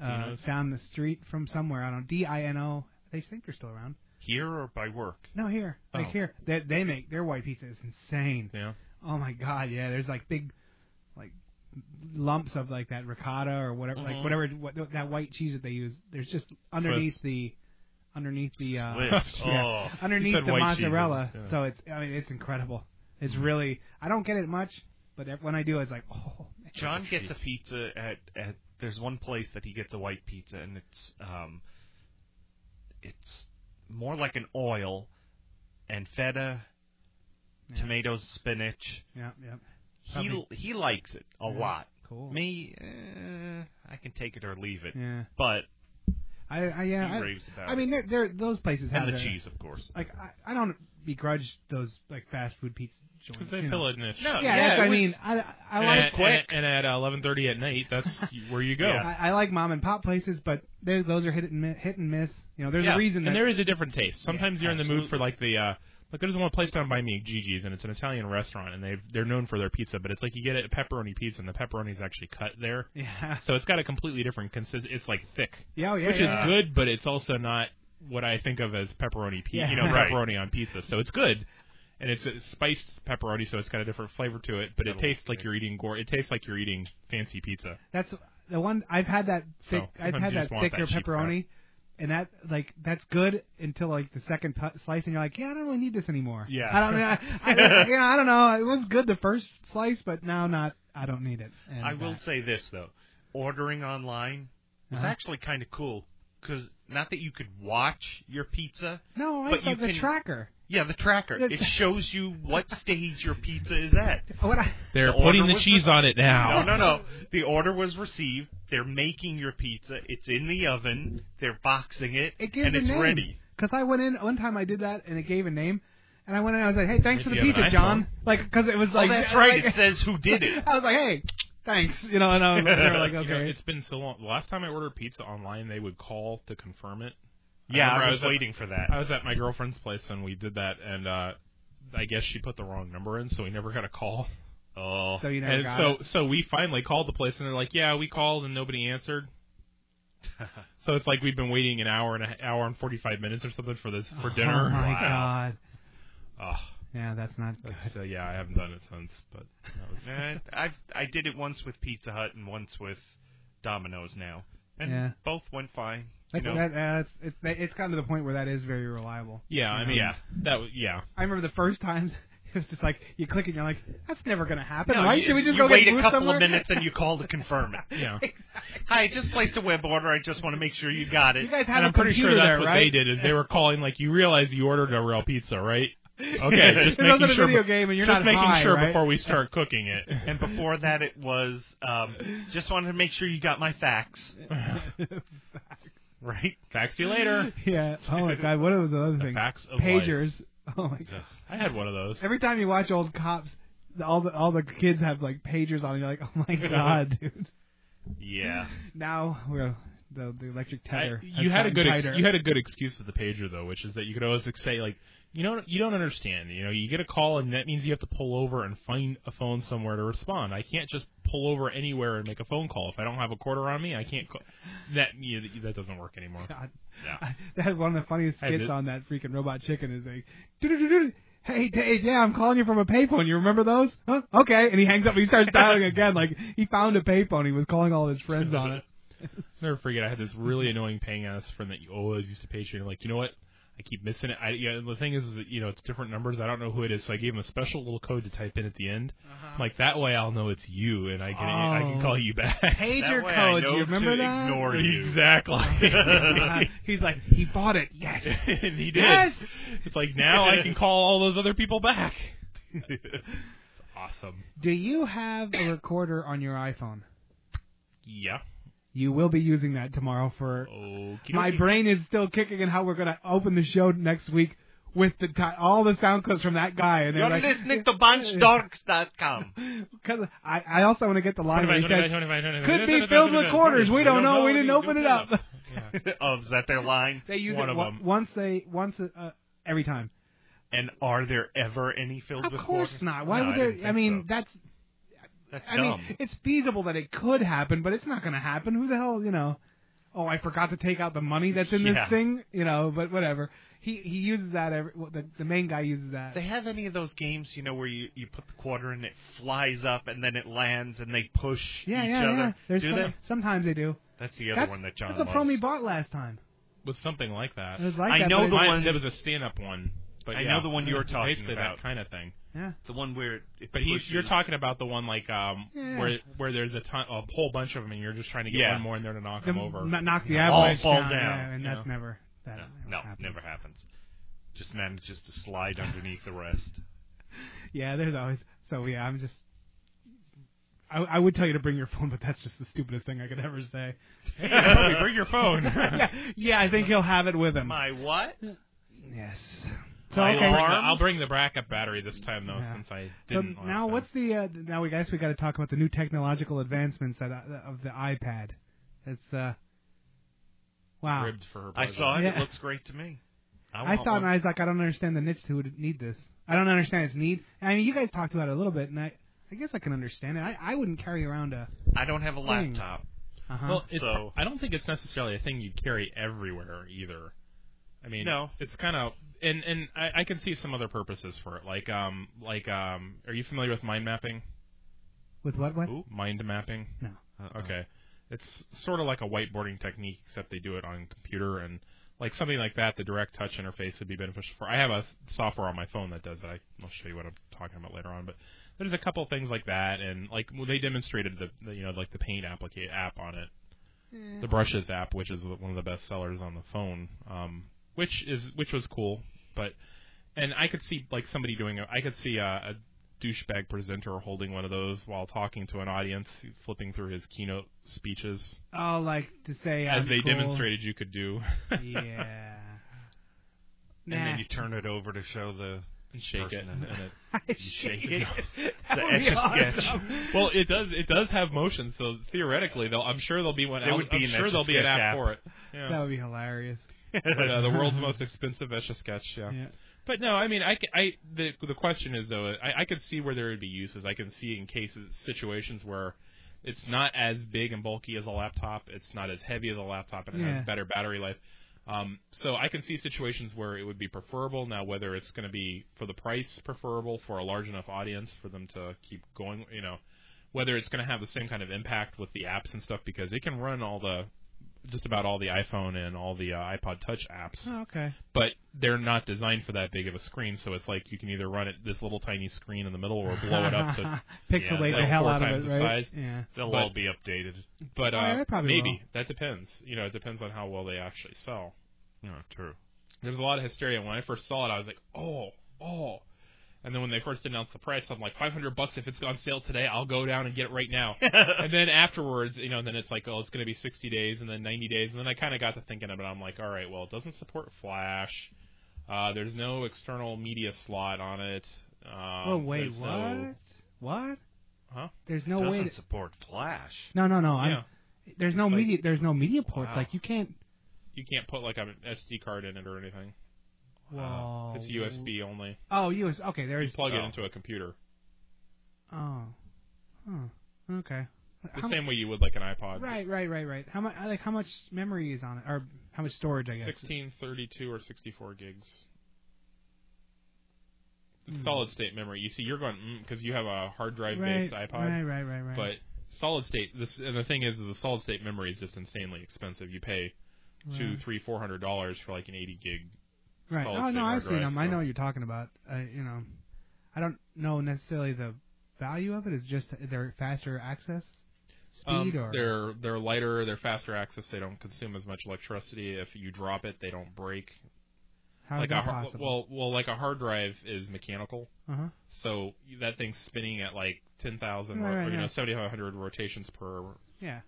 uh, Dino's? down the street from somewhere. I don't know. D I N O. They think they're still around. Here or by work. No, here, like Oh. here. They they make their white pizza is insane. Yeah. Oh my god, yeah. There's like big, like lumps of like that ricotta or whatever, like Mhm. whatever what, that white cheese that they use. There's just underneath Mm-hmm. Swiss. the, underneath the, uh, Swiss. yeah, Oh. underneath You said the white mozzarella. cheeses, yeah. Mm-hmm. So it's I mean it's incredible. It's really I don't get it much, but when I do, it's like oh. Man. John gets a pizza at, at there's one place that he gets a white pizza and it's um it's more like an oil and feta, Yeah. tomatoes, spinach. Yeah, yeah. He he likes it a Yeah. lot. Cool. Me, eh, I can take it or leave it. Yeah. But I, I yeah. He I, raves about I mean, they're, they're, those places have and the their- cheese, of course. Like I, I don't begrudge those like fast food pizza joints. Because they you fill know. it in a No, Yeah, Yeah, that's it what I was- mean. I, I and, like at, and, and at 11:30 at night, that's where you go. Yeah. I, I like mom and pop places, but they- those are hit and mi- hit and miss. You know, there's Yeah, a reason that And there is a different taste. Sometimes you're in the mood for like the uh like there's one place down by me, Gigi's, and it's an Italian restaurant, and they they're known for their pizza, but it's like you get a pepperoni pizza, and the pepperoni's actually cut there, yeah, so it's got a completely different consist. It's like thick, yeah, oh, yeah, which yeah. is good, but it's also not what I think of as pepperoni pizza. Yeah. You know, Right. pepperoni on pizza, so it's good. And it's a spiced pepperoni, so it's got a different flavor to it. But it That'll tastes be like good. you're eating gore. It tastes like you're eating fancy pizza. That's the one I've had that thick. So, I've sometimes had you that just want thicker that cheap pepperoni, and that like that's good until like the second pu- slice, and you're like, yeah, I don't really need this anymore. Yeah. I don't. I, I, you know, I don't know. It was good the first slice, but now not. I don't need it. And, I will uh, say this though, ordering online was Uh-huh. actually kind of cool because not that you could watch your pizza. no, I but saw you the can- tracker. Yeah, the tracker. That's- It shows you what stage your pizza is at. What I, They're order putting the was cheese the- on it now. No, no, no. The order was received. They're making your pizza. It's in the oven. They're boxing it, It gives and a it's name. ready. Because I went in one time, I did that, and it gave a name, and I went in, I was like, "Hey, thanks for If the you have an pizza, iPhone. John." Like, because it was like, oh, that's right. like- it says who did it. I was like, "Hey, thanks," you know, and I was they were like, You know, "Okay." it's been so long. The last time I ordered pizza online, they would call to confirm it. Yeah, remember I I was was at- waiting for that. I was at my girlfriend's place and we did that, and uh, I guess she put the wrong number in, so we never got a call. oh, so you never and got so, it. so we finally called the place, and they're like, "Yeah, we called and nobody answered." So it's like we've been waiting an hour and an hour and forty five minutes or something for this for Oh dinner. my wow. god. Ugh. Yeah, that's not good. That's, uh, yeah, I haven't done it since, but that was- Uh, I I did it once with Pizza Hut and once with Domino's now, and Yeah. both went fine. You That's, know, that, that's, it's, it's gotten to the point where that is very reliable. yeah, I mean, Yeah. that w- yeah. I remember the first times it was just like you click and you're like, that's never gonna happen, No, right? you, Should we just you go wait get a food couple somewhere? of minutes and you call to confirm it? Yeah. Hi, I just placed a web order. I just want to make sure you got it. You guys have And a I'm pretty sure computer that's there, what right? they did is they were calling like you realize you ordered a real pizza, right? Okay, just It's making not a sure video be- game and you're not just making high, sure right? before we start cooking it. and before that, it was um, just wanted to make sure you got my facts. Right? fax you later. yeah. Oh my god, what was the other thing? fax of Pagers. Oh my god. Life. I had one of those. Every time you watch old cops, all the all the kids have like pagers on. And you're like, oh my god, dude. Yeah. Now we're the, the electric tether. I- has you had a gotten good ex- tighter. you had a good excuse with the pager though, which is that you could always ex- say like you don't you don't understand. You know, you get a call and that means you have to pull over and find a phone somewhere to respond. I can't just pull over anywhere and make a phone call if I don't have a quarter on me. I can't. Call- that you know, that doesn't work anymore. God. Yeah. I- That one of the funniest I skits did- on that freaking robot chicken is like, "Doo-doo-doo-doo. hey Dave, yeah, I'm calling you from a payphone. You remember those? Huh? Okay. And he hangs up and he starts dialing again. Like he found a payphone. He was calling all his friends on it. never forget. I had this really annoying paying ass friend that you always used to pay you. And like, you know what? I keep missing it. I, yeah, the thing is, is that, you know, it's different numbers. I don't know who it is, so I gave him a special little code to type in at the end. I'm like that way, I'll know it's you, and I can I can Uh-huh. Oh. call you back. Pager That way I codes. know You remember to that? ignore you. Oh, Uh, Exactly. he's like, he bought it. Yes. and he did. Yes. It's like now I can call all those other people back. It's awesome. Do you have a recorder on your iPhone? Yeah. You will be using that tomorrow for. Oh. Okey-dokey. My brain is still kicking in how we're gonna open the show next week with the ti all the sound clips from that guy. And they're You're like, listening to BunchDorks.com. Because I, I also want to get the line where he says, could could be filled with quarters. We don't know. We didn't open it up. oh, is that their line? They use One it of wa- them. once they once uh, every time. And are there ever any filled Of with course quarters? not. Why No, would I didn't they? I think mean, so. that's. that's I dumb. mean, it's feasible that it could happen, but it's not going to happen. Who the hell, you know? Oh, I forgot to take out the money that's in Yeah. this thing, you know. But whatever. He he uses that every. Well, the, the main guy uses that. they have any of those games, you know, where you, you put the quarter in, it flies up, and then it lands, and they push yeah, each yeah, other. yeah. There's Do some- they? sometimes they do. That's the other That's, one that John that's a loves. promo he bought last time. Was something like that. It was like I that, know but it- the Mine- one- There was a stand-up one. But I yeah, know the one you were talking basically about. that kind of thing. Yeah. The one where it But he's, pushes- you're talking about the one like um Yeah. where where there's a ton a whole bunch of them and you're just trying to get Yeah. one more in there to knock The, them over. kn- knock the All average fall down, down, yeah, and you that's know. never that No, never no, happens. never happens. Just manages to slide underneath the rest. Yeah, there's always. So yeah, I'm just. I, I would tell you to bring your phone, but that's just the stupidest thing I could ever say. hey, Toby, bring your phone. yeah, yeah, I think he'll have it with him. My what? yes. So I'll, okay. bring the, I'll bring the backup battery this time though, Yeah. since I So didn't. last now time. what's the uh, now we guess we got to talk about the new technological advancements that uh, of the iPad. It's uh. Wow. ribbed for her? I brother. saw it. Yeah. It looks great to me. I, I want saw it one. and I was like, I don't understand the niche who would need this. I don't understand its need. I mean, you guys talked about it a little bit, and I, I guess I can understand it. I, I wouldn't carry around a. I don't have a Thing. laptop. Uh-huh. Well, it's, So- I don't think it's necessarily a thing you carry everywhere either. I mean, No. it's kind of and and I, I can see some other purposes for it. Like um like um, are you familiar with mind mapping? with what? What? Mind mapping. No. Okay. It's sort of like a whiteboarding technique, except they do it on computer and like something like that. The direct touch interface would be beneficial for. I have a software on my phone that does that. I'll show you what I'm talking about later on. But there's a couple things like that, and like well, they demonstrated the, the you know like the paint applica- app on it, the brushes app, which is one of the best sellers on the phone, um, which is which was cool. But and I could see like somebody doing it. I could see a, a douchebag presenter holding one of those while talking to an audience, flipping through his keynote speeches Oh, like to say as I'm they cool. demonstrated you could do. Yeah. nah. And then you turn it over to show the and shake it. Person in it. and it- I shake shake it. it. It's That an would be extra sketch. awesome. well, it does. It does have motion, so theoretically, they'll, I'm sure there'll be one. There out- would be I'm an sure there'll be an Etch-a-Sketch app, app. for it. That Yeah. would be hilarious. But, uh, the world's most expensive etch a sketch. Yeah. Yeah. But no, I mean, I, c- I- the the question is though, I, I could see where there would be uses. I can see in cases situations where It's not as big and bulky as a laptop. It's not as heavy as a laptop, and it Yeah. has better battery life. Um, so I can see situations where it would be preferable. Now, whether it's going to be for the price preferable for a large enough audience for them to keep going, you know, whether it's going to have the same kind of impact with the apps and stuff because it can run all the just about all the iPhone and all the uh, iPod Touch apps Oh, okay. but they're not designed for that big of a screen. So it's like you can either run it this little tiny screen in the middle or blow it up to. pixelate yeah, the hell four out times of it, the right? size. Yeah. They'll But- all be updated. But uh, Oh, yeah, they probably maybe will. that depends. You know, it depends on how well they actually sell. No, true. There was a lot of hysteria when I first saw it. I was like, oh, oh. And then when they first announced the price, I'm like, 500 bucks if it's on sale today, I'll go down and get it right now. and then afterwards, you know, then it's like, oh, it's going to be 60 days and then 90 days. And then I kind of got to thinking about it. I'm like, all right, well, it doesn't support Flash. Uh, there's no external media slot on it. Um, oh wait, there's what? no- What? Huh? There's no way. Doesn't that- support Flash. No, no, no. Yeah. I'm, there's no Like- media. There's no media ports. Wow. Like you can't. You can't put like an SD card in it or anything. Wow. It's USB only. Oh, US. Okay, You Oh, there's. plug it oh. into a computer Oh. Huh. Okay. the How- same way you would like an iPod. Right, right, right, right. How much? Like how much memory is on it, or how much storage? I guess. 16, 32, or 64 gigs. It's Solid state memory. You see, you're going because you have a hard drive Hmm. right, based iPod, Right, right, right, right. but solid state. This and the thing is, is the solid state memory is just insanely expensive. You pay two, Right. three, four hundred dollars for like an 80 gig. Right. solid Oh state no, I've hard seen drive, them. I so- know what you're talking about. I, you know, I don't know necessarily the value of it. It's just their faster access Um, speed, or they're they're lighter, they're faster access. They don't consume as much electricity. If you drop it, they don't break. how is like that a har- possible? well, well, like a hard drive is mechanical. uh-huh. So that thing's spinning at like 10,000 Right, ro- right, or you know right. 7,500 rotations per Yeah.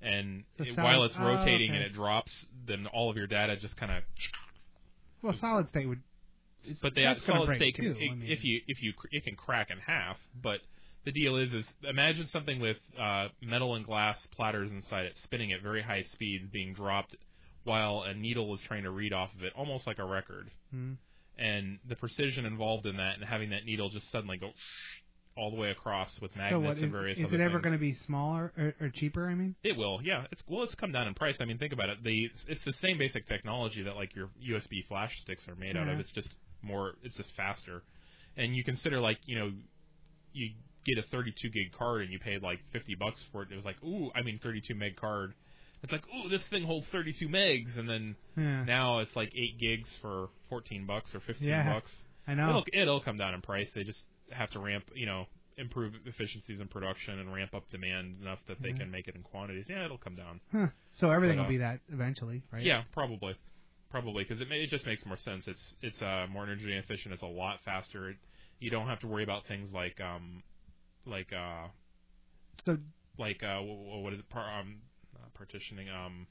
and The it- sound- while it's oh, rotating okay. and it drops, then all of your data just kind of. Well, solid state would. It's, But the that's gonna solid break state can, too, it, I mean. if you if you cr- it can crack in half. But the deal is is imagine something with uh, metal and glass platters inside it, spinning at very high speeds, being dropped while a needle is trying to read off of it, almost like a record. Hmm. And the precision involved in that, and having that needle just suddenly go all the way across with So magnets what is, and various is other it ever things. going to be smaller or, or cheaper? I mean, It will, yeah. It's well, it's come down in price. I mean, think about it. The it's the same basic technology that like your USB flash sticks are made out of. Yeah. It's just more. It's just faster, and you consider like you know, you get a 32 gig card and you paid like 50 bucks for it. It was like, ooh, I mean 32 meg card. It's like, ooh, this thing holds 32 megs, and then yeah, now it's like eight gigs for 14 bucks or 15 Yeah. bucks. I know. It'll it'll come down in price. They just have to ramp, you know, improve efficiencies in production and ramp up demand enough that they Mhm. can make it in quantities. Yeah, it'll come down. Huh. So everything But, will uh, be that eventually, right? Yeah, probably, probably because it ma- it just makes more sense. It's it's uh, more energy efficient. It's a lot faster. It, you don't have to worry about things like um like uh So like uh wh- wh- what is it par- um not partitioning um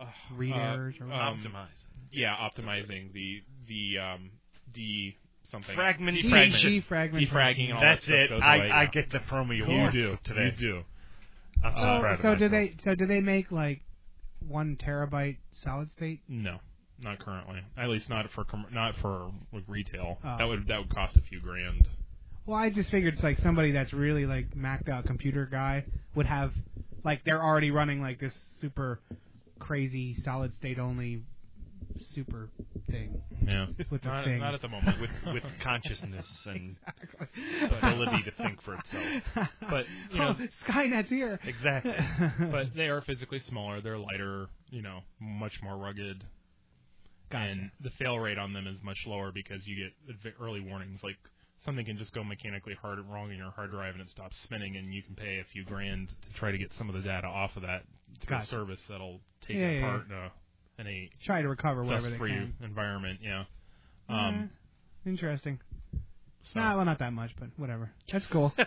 uh, read uh, errors or whatever. um, Optimize. yeah optimizing the the um d something Fragmentation. Defragmentation. Defragmentation. defragging all That's that stuff it. goes away. I, I get the promo you Cool. want You do. today. You do. I'm so Oh, so, proud of so do myself. they? So do they make like one terabyte solid state? No, not currently. At least not for com- not for like retail. Oh. That would that would cost a few grand. Well, I just figured it's like somebody that's really like macked out computer guy would have like they're already running like this super crazy solid state only super thing. Yeah. With the not, thing. not at the moment. with with consciousness and Exactly. the ability to think for itself. But, you know- oh, Skynet's here. Exactly. but they are physically smaller. They're lighter. You know, much more rugged. Gotcha. And the fail rate on them is much lower because you get adv- early warnings like. Something can just go mechanically hard wrong in your hard drive and it stops spinning, and you can pay a few grand to try to get some of the data off of that through a Gotcha. service that'll take Yeah, it yeah, apart in a, in a Try to recover whatever they dust-free can. environment. Yeah. Yeah. Um, Interesting. so- Nah, well, not that much, but whatever. That's cool.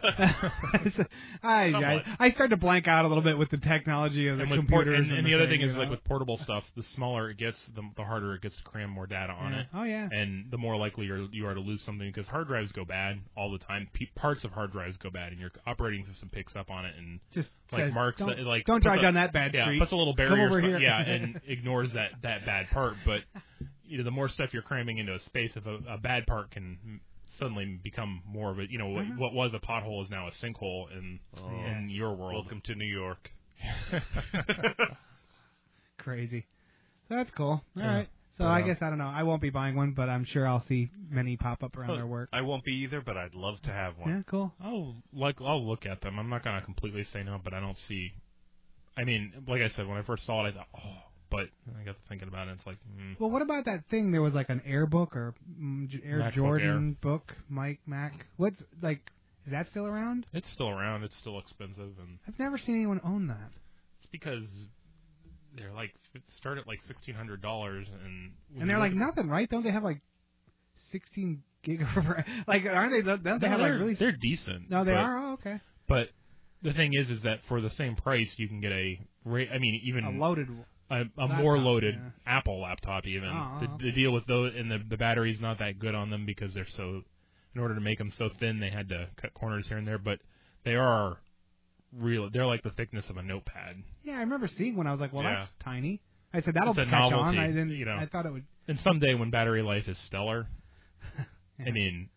I, Somewhat. I I start to blank out a little bit with the technology of the and, with port- computers. and, and the other thing is you like know? with portable stuff, the smaller it gets, the, the harder it gets to cram more data on Yeah. it, Oh yeah. and the more likely you're, you are to lose something because hard drives go bad all the time. P- parts of hard drives go bad, and your operating system picks up on it and Just like says, marks don't, it, like don't puts drive a- down that bad yeah, street. puts a little barrier, over so- here. yeah, and ignores that that bad part. But you know, the more stuff you're cramming into a space, if a, a bad part can suddenly become more of a you know what, Mm-hmm. what was a pothole is now a sinkhole in in your world. Oh. Welcome to New York. Crazy. So that's cool. All right. So uh, I guess I don't know. I won't be buying one, but I'm sure I'll see many pop up Oh, around their work. I won't be either, but I'd love to have one. Yeah, cool. I'll like I'll look at them. I'm not gonna completely say no, but I don't see. I mean, like I said, when I first saw it, I thought, oh, but I got to thinking about it. It's like, mm, Well, what about that thing? There was like an Air book or mm, J- Air MacBook Jordan book, Mike Mac. What's like? Is that still around? it's still around. It's still expensive, and I've never seen anyone own that. it's because they're like it start at like sixteen hundred dollars, and when And you they're like look at- nothing, right? Don't they have like sixteen gig? of RAM? like, aren't they? Don't they No, have like they're, really? they're decent. no, they but- are. Oh, okay. But the thing is, is that for the same price, you can get a. ra- I mean, even A loaded one. a, a more Laptop, loaded yeah. Apple laptop even. Oh, the, okay. the deal with those and the the battery's not that good on them because they're so. In order to make them so thin, they had to cut corners here and there, but they are real. They're like the thickness of a notepad. Yeah, I remember seeing one. I was like, well, Yeah. that's tiny. I said that'll It's a catch on. novelty, I didn't. you know. I thought it would. And someday when battery life is stellar, I mean,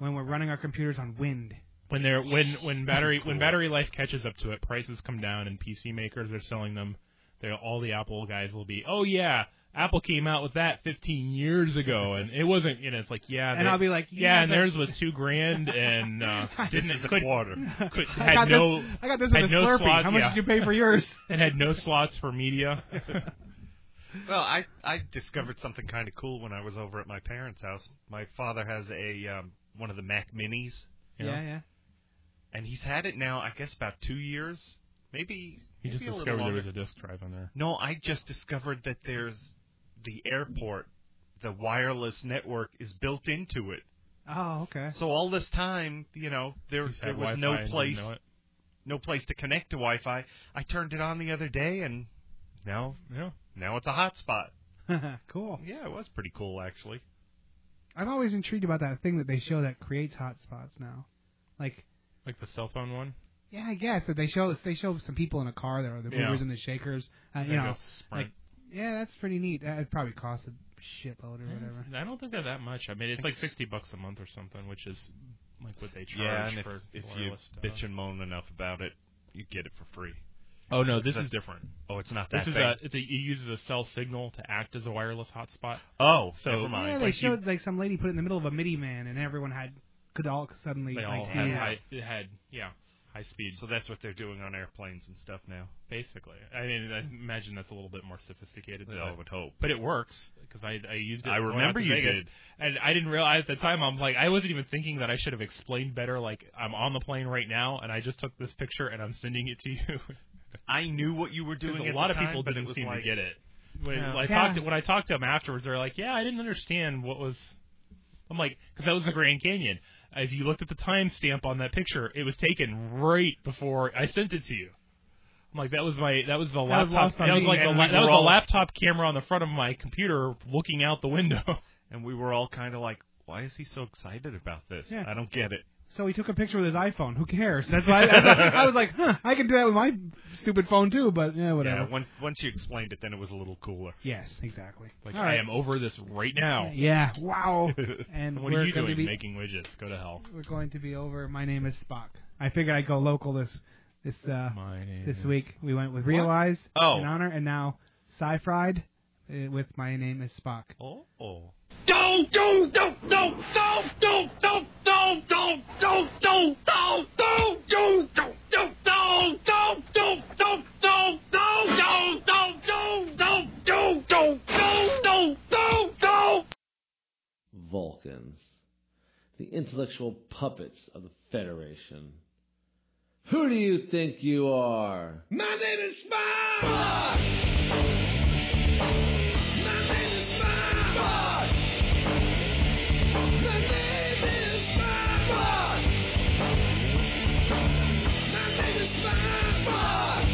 When we're running our computers on wind. when they're when when battery when battery life catches up to it, prices come down and PC makers are selling them. They all the Apple guys will be, oh yeah, Apple came out with that 15 years ago, and it wasn't. You know, it's like yeah, And they- I'll be like, yeah, yeah, and but- theirs was two grand, and uh, didn't This is a could, quarter. could, I got had no this. I got this had in a no Slurpee. slots, How much yeah. did you pay for yours? and had no slots for media. Well, I I discovered something kind of cool when I was over at my parents' house. My father has a um, one of the Mac Minis, Yeah. yeah. and he's had it now, I guess, about two years, maybe. He just maybe a little discovered there longer. was a disk drive in there. No, I just discovered that there's the airport, the wireless network is built into it. Oh, okay. So all this time, you know, there, He's there had was Wi-Fi and no didn't place know it. no place to connect to Wi-Fi. I turned it on the other day, and now Yeah. now it's a hotspot. cool. Yeah, it was pretty cool actually. I'm always intrigued about that thing that they show that creates hotspots now. Like, Like the cell phone one. yeah, I guess that they show they show some people in a car there, the Yeah. movers and the shakers. Uh, you Like know, a Sprint. yeah, that's pretty neat. Uh, It probably costs a shitload or whatever. I don't think they're that much. I mean, it's like sixty bucks a month or something, which is like what they charge Yeah, and if, for if you wireless stuff. bitch and moan enough about it, you get it for free. oh no, this That- is different. Oh, it's not that This is thing. a it's a it uses a cell signal to act as a wireless hotspot. oh, so- never Yeah, mind. they Like you- showed like some lady put it in the middle of a MIDI man, and everyone had could all suddenly They like, all hang had out. high, it had yeah high speed. So that's what they're doing on airplanes and stuff now. basically, I mean, I imagine that's a little bit more sophisticated. I but- would hope. but it works because I I used it. I going out remember to you Vegas, did. and I didn't realize at the time. I'm like, I wasn't even thinking that I should have explained better. Like, I'm on the plane right now, and I just took this picture, and I'm sending it to you. I knew what you were 'Cause doing. a at lot the of time, people but didn't it was seem like, to get it. When Yeah. I Yeah. talked to, when I talked to them afterwards, they're like, "Yeah, I didn't understand what was." I'm like, because that was the Grand Canyon. If you looked at the timestamp on that picture, it was taken right before I sent it to you. I'm like, that was my that was the was laptop. lost on That was me, like the, and we la- that were was all- the laptop camera on the front of my computer looking out the window. And we were all kind of like, "Why is he so excited about this? Yeah. I don't get it." So he took a picture with his iPhone. Who cares? That's why I, I was like, huh, I can do that with my stupid phone too. But yeah, Yeah, whatever. once once you explained it, then it was a little cooler. Yes, exactly. Like, All right. I am over this right now. Yeah. Wow. And What we're are you going doing to be making widgets? Go to hell. we're going to be over. My name is Spock. I figured I'd go local this this uh My name this is- week. We went with Realize Oh. in honor, and now Sci Fried uh, with My Name is Spock. Oh, oh. Don't, don't, don't, don't, don't, don't, don't, don't, don't, don't, don't, don't, don't, don't, don't, don't, don't, don't, don't, don't, don't, don't, don't, don't, don't, don't, don't, don't, don't, don't, don't. Vulcans, the intellectual puppets of the Federation. Who do you think you are? My name is Spock. My name is Spock. My name is Spock. My name is Spock.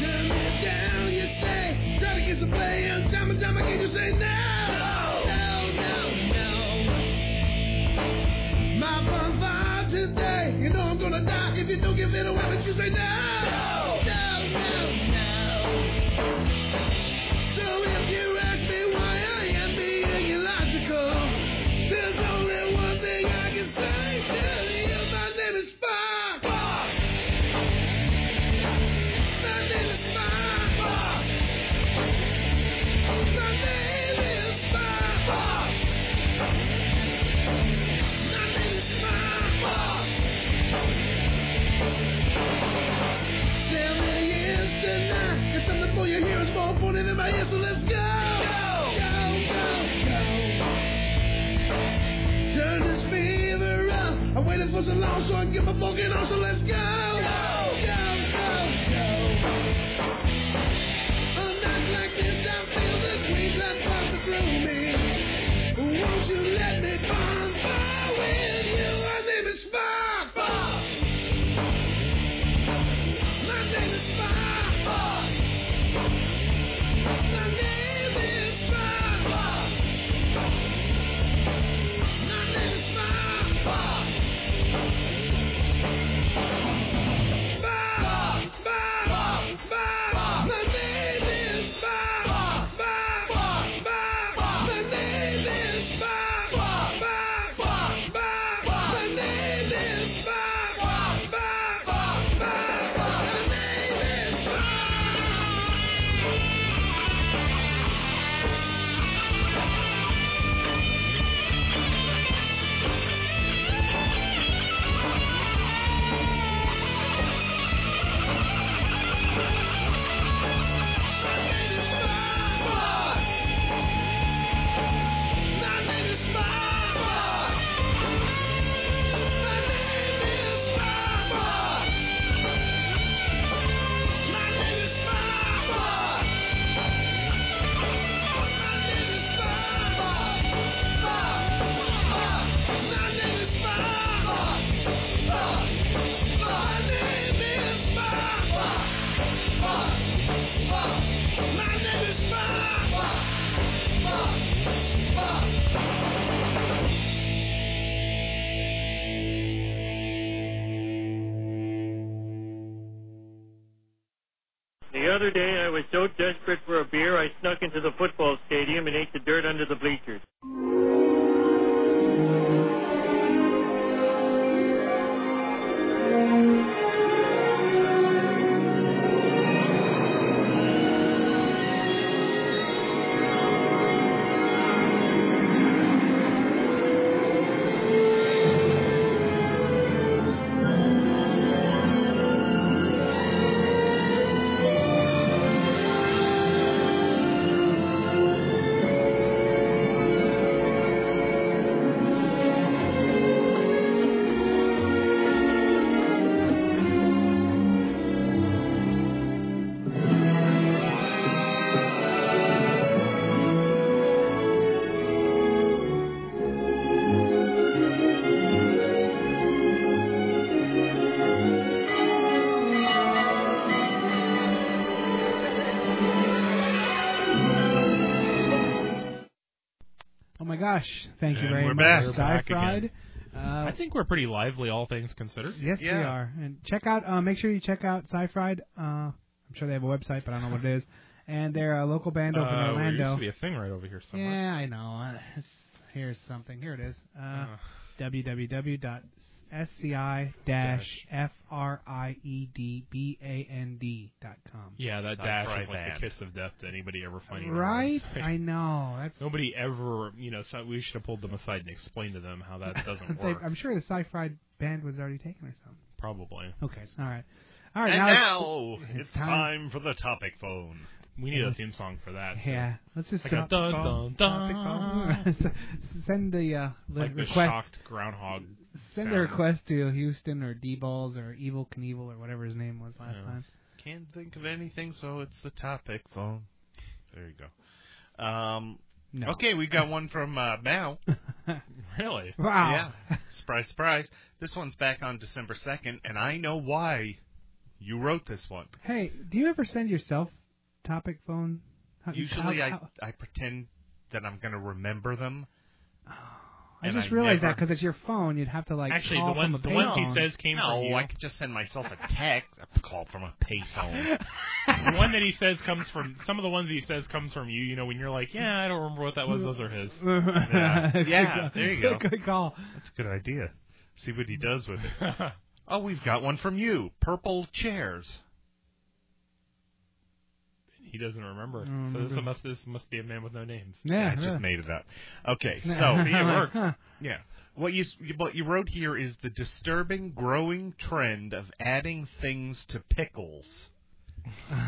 Turn me down, you say. Try to get some play and time and time again you say no. No, no, no. My fun vibe today. You know I'm gonna die if you don't give it away, but you say no. super fucking awesome. Let's go. Go, go, go, go. A night like this, I feel the dreams that pass through me. Won't you let me burn fire with you? My name is Spark. Spark. My name is Spark. Spark. My name is Spark. Spark. My name is Spark. Spark. The other day, I was so desperate for a beer, I snuck into the football stadium and ate the dirt under the bleachers. Oh my gosh! Thank you And very we're much. back. Sky We're back Fried. again. Uh, I think we're pretty lively, all things considered. yes, we Yeah. are. And check out. Uh, make sure you check out Sci Fried. Uh, I'm sure they have a website, but I don't know what it is. And they're a local band over in Uh, there used Orlando. to be a thing right over here somewhere. Yeah, I know. Uh, Here's something. Here it is. Uh, Uh, E www.sci-friedband.com. yeah, that Sci-fi dash is like band. the kiss of death to anybody ever finding. their Right? own. I know. That's Nobody ever, you know, so we should have pulled them aside and explained to them how that doesn't they- work. I'm sure the sci-fried band was already taken or something. Probably. Okay. All right. All right. And it's- now it's it's time time- for the topic phone. We need a theme song for that. so- Yeah. Let's just Like a drop the dun, phone, dun, drop the phone. send the uh, the Like the request. shocked groundhog. send the sound. request to Houston or D Balls or Evil Knievel or whatever his name was last Yeah. time. Can't think of anything, so it's the topic phone. There you go. Um, No. Okay, we got one from uh, Mao. Really? Wow. Yeah. surprise, surprise. This one's back on December 2nd, and I know why you wrote this one. Hey, do you ever send yourself topic phone? How- Usually how- I, how- I pretend that I'm going to remember them. I and just I realized that never- because it's your phone, you'd have to like Actually, call the from a one the ones he payphone. says came from No, you. I could just send myself a text, a call from a payphone. the one that he says comes from some of the ones he says comes from you. You know, when you're like, yeah, I don't remember what that was. Those are his. Yeah. Yeah, there you go. Good call. That's a good idea. See what he does with it. oh, we've got one from you. Purple chairs. He doesn't Mm, remember. So remember. this must this must be a man with no names. Yeah, I yeah. just made it up. Okay, so See, it worked. Huh. yeah, what you what you wrote here is the disturbing, growing trend of adding things to pickles, and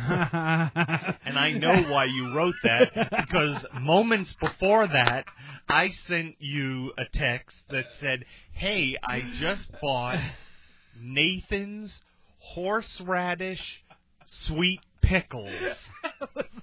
I know why you wrote that because moments before that, I sent you a text that said, "Hey, I just bought Nathan's horseradish sweet pickles.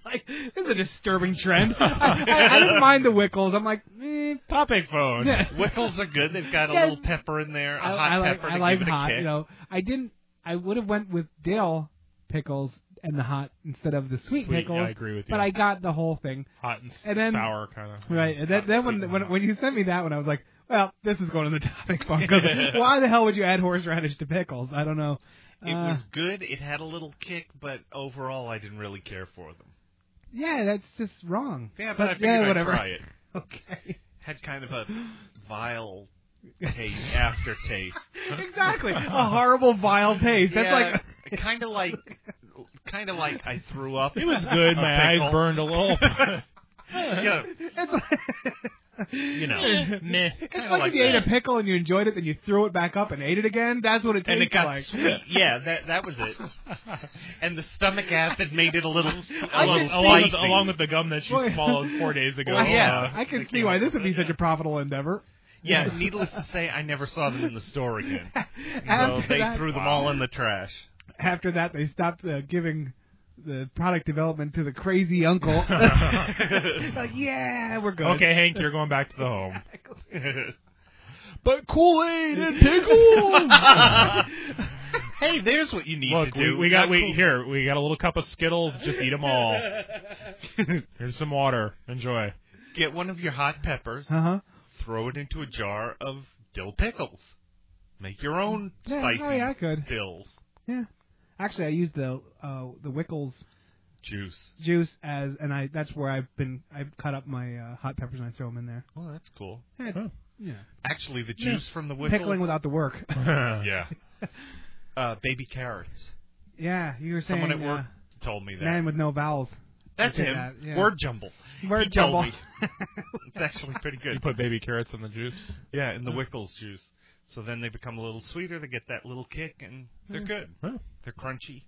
like, this is a disturbing trend. I, I, I didn't mind the Wickles. I'm like, eh, topic phone. Wickles are good. They've got a Yeah. little pepper in there, a I, hot I like, pepper I to like give it hot. a kick. You know, I didn't. I would have went with dill pickles and the hot instead of the sweet, Sweet, yeah, pickles. I agree with you. But I got the whole thing. Hot and, s- And then- sour kind of. Right. And then, then when, when when you sent me that one, I was like, well, this is going in the topic book. 'cause why the hell would you add horseradish to pickles? I don't know. It Uh, was good. It had a little kick, but overall, I didn't really care for them. yeah, that's just wrong. Yeah, but, I figured yeah, I'd whatever. try it. Okay. Had kind of a vile taste, aftertaste. exactly. A horrible, vile taste. That's like. kind of like, kind of like I threw up. It was good. a My eyes pickle. burned a little. Yeah, It's like you know, meh. It's kinda like, if you ate a that. pickle and you enjoyed it, then you threw it back up and ate it again. That's what it tastes and it got like. sweet. Yeah, that that was it. And the stomach acid made it a little, a along, little along, with, spicy. along with the gum that you Well, swallowed four days ago. Well, yeah. uh, I can that see came why up. this would be such a profitable endeavor. yeah, needless to say, I never saw them in the store again. So After they that, threw them all in the trash. after that, they stopped uh, giving the product development to the crazy uncle. like, yeah, we're good. Okay, Hank, you're going back to the home. but Kool Aid and pickles. hey, there's what you need Look, to we, do. we got Not we cool. here. We got a little cup of Skittles. Just eat them all. Here's some water. Enjoy. Get one of your hot peppers, uh huh. throw it into a jar of dill pickles. Make your own Yeah, spicy oh, yeah, I could. dills Actually, I used the uh, the Wickles juice. juice as, and I that's where I've been. I've cut up my uh, hot peppers and I throw them in there. Well, that's cool. Yeah, Huh. yeah. Actually, the juice from the wickles. Pickling without the work. Yeah. Uh, baby carrots. Yeah, you were saying Someone at uh, work told me that. man with no vowels. That's did him. that, yeah. Word jumble. Word he jumble. Told me. it's actually pretty You good. put baby carrots in the juice. yeah, in the Wickles juice. So then they become a little sweeter. They get that little kick, and Hmm. they're good. Huh. They're crunchy.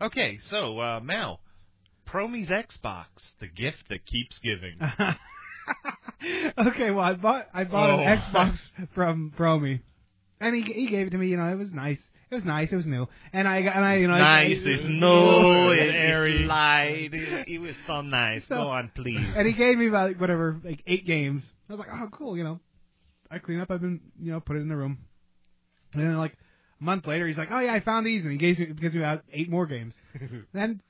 Okay, so uh, Mal, Promi's Xbox, the gift that keeps giving. okay, well I bought I bought Oh. an Xbox from Bromy, and he he gave it to me. You know, it was nice. It was nice. It was new, and I got and I you know I- nice, it's I- no, Ooh, it, airy. it's light. It, it was so nice. So- Go on, please. and he gave me about whatever like eight games. I was like, oh cool, you know. I clean up. I've been you know put it in the room, and then like a month later, he's like, oh yeah, I found these, and he gives me gives me about eight more games. then.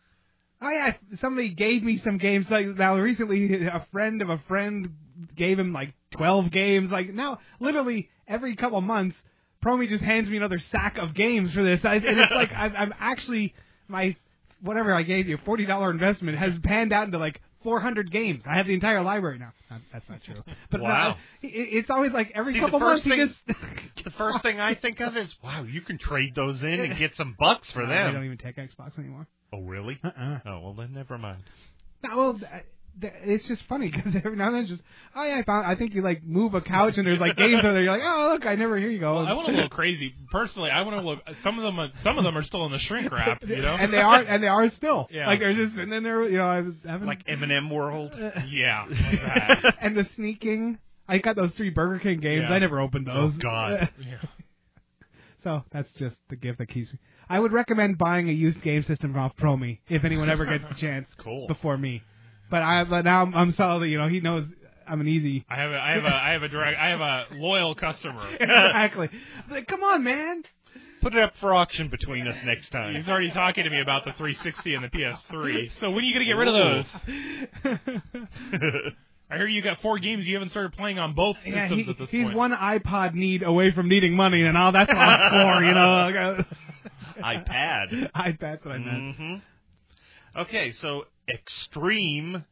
Oh yeah, somebody gave me some games. Like now, recently, a friend of a friend gave him like twelve games. Like now, literally every couple months, Promi just hands me another sack of games for this, I, and it's like I'm, I'm actually my whatever I gave you forty dollar investment has panned out into like four hundred games. I have the entire library now. Not- That's not true, but no, Wow. it- it's always like every See, the couple months first he thing- gets. The first thing I think of is, wow, you can trade those in and get some bucks for I don't them. even take Xbox anymore. Oh, really? Uh-uh. Oh, well, then never mind. No, well, th- th- it's just funny because every now and then it's just, oh yeah, I found. I think you like move a couch and there's like games over there. You're like, oh look, I never hear you go. I went a little crazy personally. I went a little. Some of them, are, some of them are still in the shrink wrap. You know. and they are, and they are still. Yeah. Like they're just sitting in there. You know, I was having Like Eminem World. Yeah. like that. and the sneaking. I got those three Burger King games. Yeah. I never opened those. Oh, God. Yeah. so that's just the gift that keeps me. I would recommend buying a used game system off Promi if anyone ever gets the chance Cool. before me. But I, but now I'm, I'm solid. You know, he knows I'm an easy. I have a, I have a, I have a direct, I have a loyal customer. exactly. Like, come on, man. Put it up for auction between us next He's time. already talking to me about the 360 and the PS3. So when are you gonna get rid of those? I hear you got four games you haven't started playing on both yeah, systems he- at this he's point. one iPod need away from needing money, and all that's what I'm for, you know. iPad. I, that's what I meant. hmm Okay, so extreme,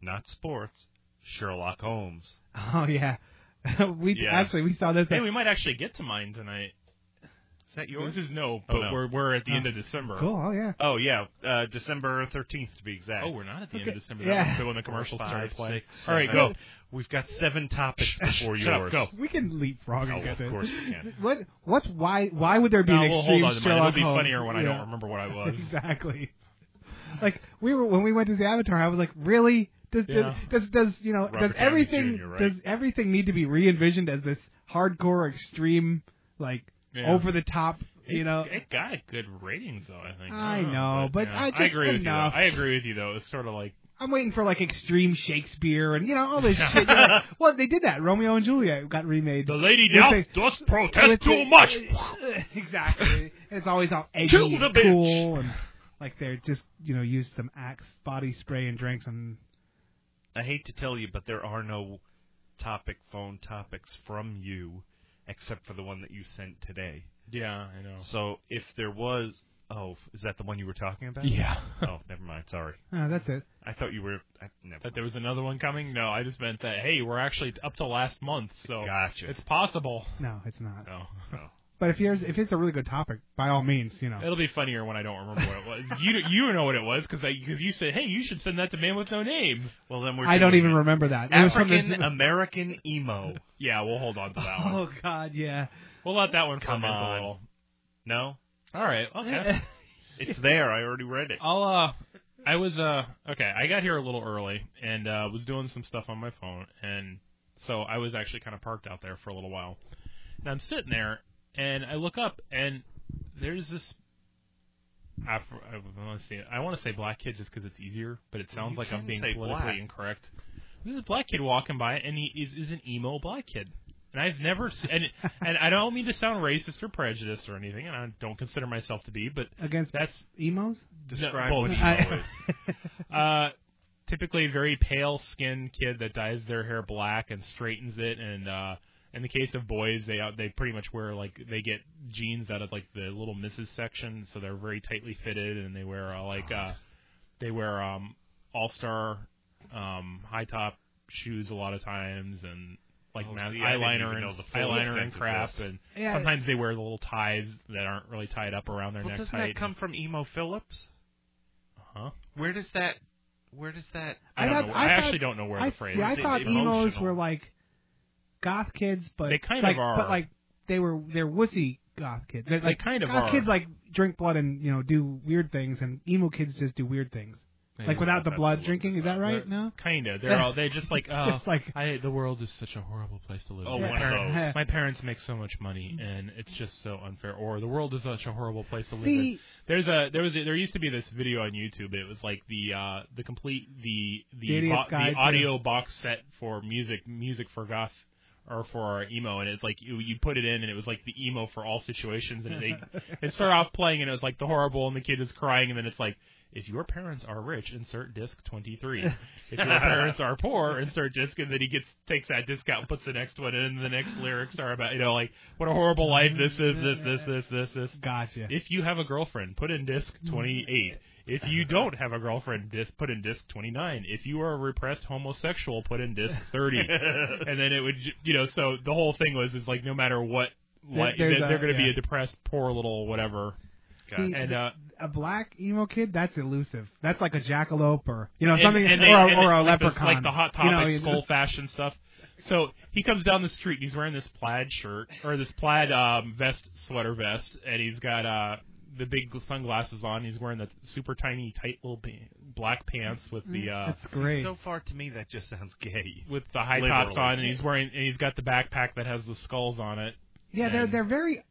not sports, Sherlock Holmes. Oh yeah, we Yeah. actually we saw this. Mm. Hey, we might actually get to mine tonight. Is that yours? This is no, Oh, but no. we're we're at the end of December. cool. Oh yeah. Oh, yeah, uh, December 13th to be exact. Oh, we're not at the end of Okay. December. Yeah. That was when the commercials Five, started playing. six, All right, seven. go. We've got seven topics before Shut up, yours. go. We can leapfrog. Oh, and get of this. course we can. What? What's why? Why would there be No, an we'll extreme hold on to mine. Sherlock It'll be Holmes? funnier when I Yeah. don't remember what I was. Exactly. Like we were when we went to the Avatar, I was like, really? Does does- Yeah. does, does you know Robert does Downey everything Jr., right? does everything need to be re envisioned as this hardcore extreme like Yeah. over the top. You know, it, it got good ratings though. I think. I don't know, but yeah. I just- agree with enough. you. Though. I agree with you though. It's sort of like I'm waiting for like extreme Shakespeare and you know all this shit. you know. Well, they did that. Romeo and Juliet got remade. the lady With now the- does with protest the- too much. exactly. It's always all edgy, Kill the and bitch. cool, and like they're just you know used some Axe body spray and drank some. I hate to tell you, but there are no topic phone topics from you, except for the one that you sent today. Yeah, I know. So if there was, oh, is that the one you were talking about? Yeah. oh, never mind. Sorry, Oh, that's it. I thought you were. I, never That mind. there was another one coming? No, I just meant that. Hey, we're actually up to last month, so Gotcha. Oh, it's possible. No, it's not. No, No. But if yours, if it's a really good topic, by all means, you know. it'll be funnier when I don't remember what it was. you you know what it was because because you said, hey, you should send that to Man with No Name. Well, then we're. I don't doing even it. remember that. It was from this- African American emo. Yeah, we'll hold on to that one. Oh God, yeah. We'll let that one Come ferment on. a little. No, All right, okay. it's there. I already read it. I'll uh I was uh okay, I got here a little early and uh was doing some stuff on my phone and so I was actually kind of parked out there for a little while. And I'm sitting there and I look up and there's this I, want to see it. I want to say black kid just because it's easier, but it sounds you like I'm can being say politically black. incorrect. There's this black kid walking by, and he is, is an emo black kid. And I've never seen, and, and I don't mean to sound racist or prejudiced or anything, and I don't consider myself to be, but Against that's emos. Describe no, what both. emo I- is. uh, typically very pale skinned kid that dyes their hair black and straightens it and uh in the case of boys they uh, they pretty much wear like they get jeans out of like the little misses section so they're very tightly fitted and they wear uh, like uh they wear um all star um high top shoes a lot of times and like Oh, ma- see, I didn't eyeliner even know and the full eyeliner extent and of crap this. and Yeah. sometimes they wear the little ties that aren't really tied up around their Well, necks doesn't tight. that come from emo Phillips? huh? Where does that? Where does that? I, don't thought- know. I I, thought- actually don't know where I, the phrase see, I is. thought Emotional. emos were like goth kids, but They kind of like, are. But like they were, they're wussy goth kids. They're, They like, kind of goth are. kids like drink blood and you know do weird things, and emo kids just do weird things, Maybe like without the that's blood what drinking. it's Is that about. right? No. Kind of. They're all. They just like. Oh, Just like- I. The world is such a horrible place to live. Oh, in. one of My those. My parents make so much money, and it's just so unfair. Or the world is such a horrible place to live in. See, There's a. There was. A, there used to be this video on YouTube. It was like the. Uh, the complete. The. The The. Idiot's Guide the to- audio box set for music. Music for goth. Or for our emo, and it's like you, you put it in, and it was like the emo for all situations, and they it started off playing, and it was like the horrible, and the kid is crying, and then it's like, if your parents are rich, insert disc 23. If your parents are poor, insert disc, and then he gets takes that disc out, and puts the next one in, and the next lyrics are about, you know, like what a horrible life this is, this this this this this. gotcha. If you have a girlfriend, put in disc Mm-hmm. 28. If you don't have a girlfriend, disc put in disc 29. If you are a repressed homosexual, put in disc 30. and then it would, j- you know, so the whole thing was is like no matter what, There- like they're, there's a- going to yeah. be a depressed, poor little whatever. See, And uh, a black emo kid, that's elusive. That's like a jackalope or you know and- something, and or, they- a- and or a it's like the- leprechaun, like the hot You know, topic you- skull fashion stuff. So he comes down the street and he's wearing this plaid shirt or this plaid um, vest, sweater vest, and he's got uh, the big sunglasses on. He's wearing the super tiny, tight little pa- black pants with the uh, Mm, That's great. So far, to me, that just sounds gay. with the high tops Literally. on, and he's wearing and he's got the backpack that has the skulls on it. yeah, they're and- they're very.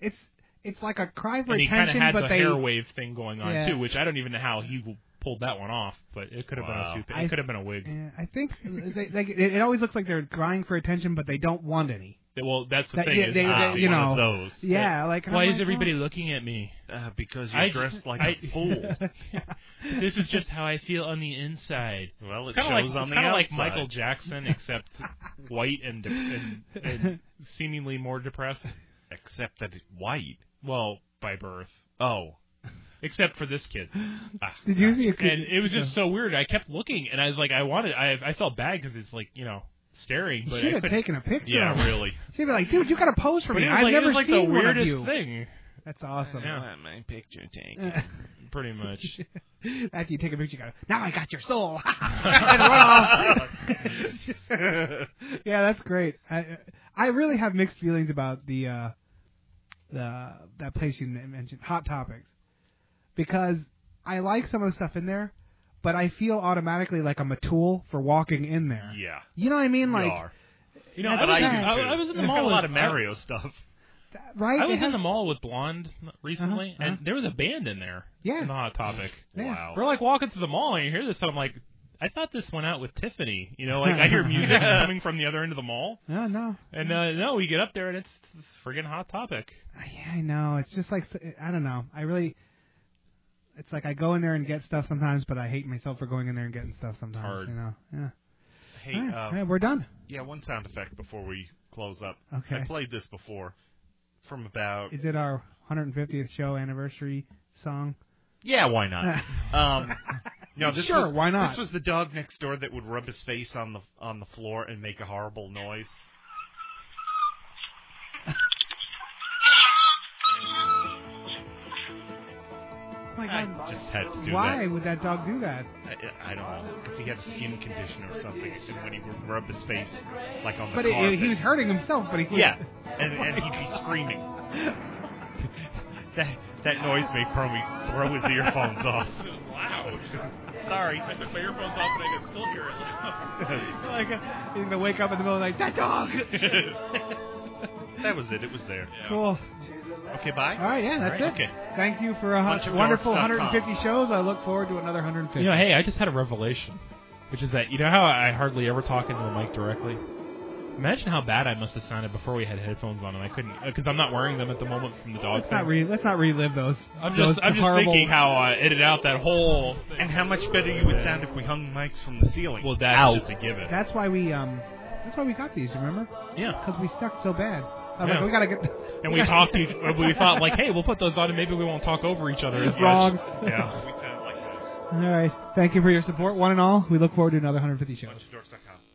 It's it's like a cry for and he kind of attention, had but the they hair wave thing going on Yeah. too, which I don't even know how he w- pulled that one off, but it could have Wow. been a two, I- it could have been a wig. Yeah, I think they, like it, it always looks like they're crying for attention, but they don't want any. Well, that's the That- thing. yeah, is, they- ah, they- you one of know, those. Yeah, like Why I'm is like, everybody looking at me? Uh, because I you're just- dressed like I- a fool. This is just how I feel on the inside. well, it Kind of shows like, on the kinda outside. like Michael Jackson, except white and, de- and, and seemingly more depressed. except that it's white. Well, by birth, Oh, except for this kid. Ah. Did you see a kid? And it was just so weird. I kept looking, and I was like, I wanted. I I felt bad because it's like you know staring, You but should I have couldn't. taken a picture. yeah, of him. really. She'd be like, dude, you got to pose for But me. it was I've like, it never was like seen the one of weirdest you. thing, That's awesome. Yeah. my picture taken. pretty much. After you take a picture, you gotta. Now I got your soul. and run off. yeah, that's great. I I really have mixed feelings about the uh, the that place you mentioned, Hot Topics, because I like some of the stuff in there, but I feel automatically like I'm a tool for walking in there. Yeah, You know what I mean? we Like are. You know, Yeah, I but was, I in- do I, too. I was in the There's a mall lot of with- Mario stuff. right? I They was in have- the mall with Blonde recently, Uh-huh, and there was a band in there. Yeah. In the Hot Topic. Yeah. Wow. We're like walking through the mall, and you hear this, and I'm like, I thought this went out with Tiffany. You know, like I hear music coming from the other end of the mall, No, no. and uh, no, we get up there, and it's, it's friggin' Hot Topic. Yeah, I know. It's just like I don't know. I really. It's like I go in there and get stuff sometimes, but I hate myself for going in there and getting stuff sometimes. Hard. You know. Yeah. Hey, All right, uh, all right, we're done. yeah, one sound effect before we close up. Okay. I played this before. It's from about. Is it our 150th show anniversary song? Yeah, why not? um, no, this Sure, was, why not? This was the dog next door that would rub his face on the on the floor and make a horrible noise. Oh my I God. just had to do Why that. would that dog do that? I, I don't know. 'Cause he had a skin condition or something, and when he would rub his face, like on the But carpet. it, he was hurting himself. But he was- Yeah, and, and he'd be screaming. that that noise made Promy throw his earphones off. It was loud. Sorry. I took my earphones off, and I could still hear it. like uh, he's gonna wake up in the middle of the night. That dog. that was it. It was there. Cool. Okay, bye. All right. Yeah, All right, that's it. Okay. Thank you for a Bunch hun- of wonderful dorks dot com. 150 shows. I look forward to another 150. You know, hey, I just had a revelation, which is that you know how I hardly ever talk into the mic directly. Imagine how bad I must have sounded before we had headphones on, and I couldn't because I'm not wearing them at the moment from the dog let's thing. not re- let's not relive those. I'm those just I'm just horrible- thinking how I edited out that whole. Thing. And how much better you would sound if we hung mics from the ceiling. Well, that's Ow. just a given. That's why we um. That's why we got these. Remember? yeah. Because we sucked so bad. I'm Yeah. like, we gotta get. And we talked to each, we thought like, hey, we'll put those on, and maybe we won't talk over each other as much. Wrong. Yeah. We sound like those. All right. Thank you for your support, one and all. We look forward to another 150 shows. Bunch of dorks dot com.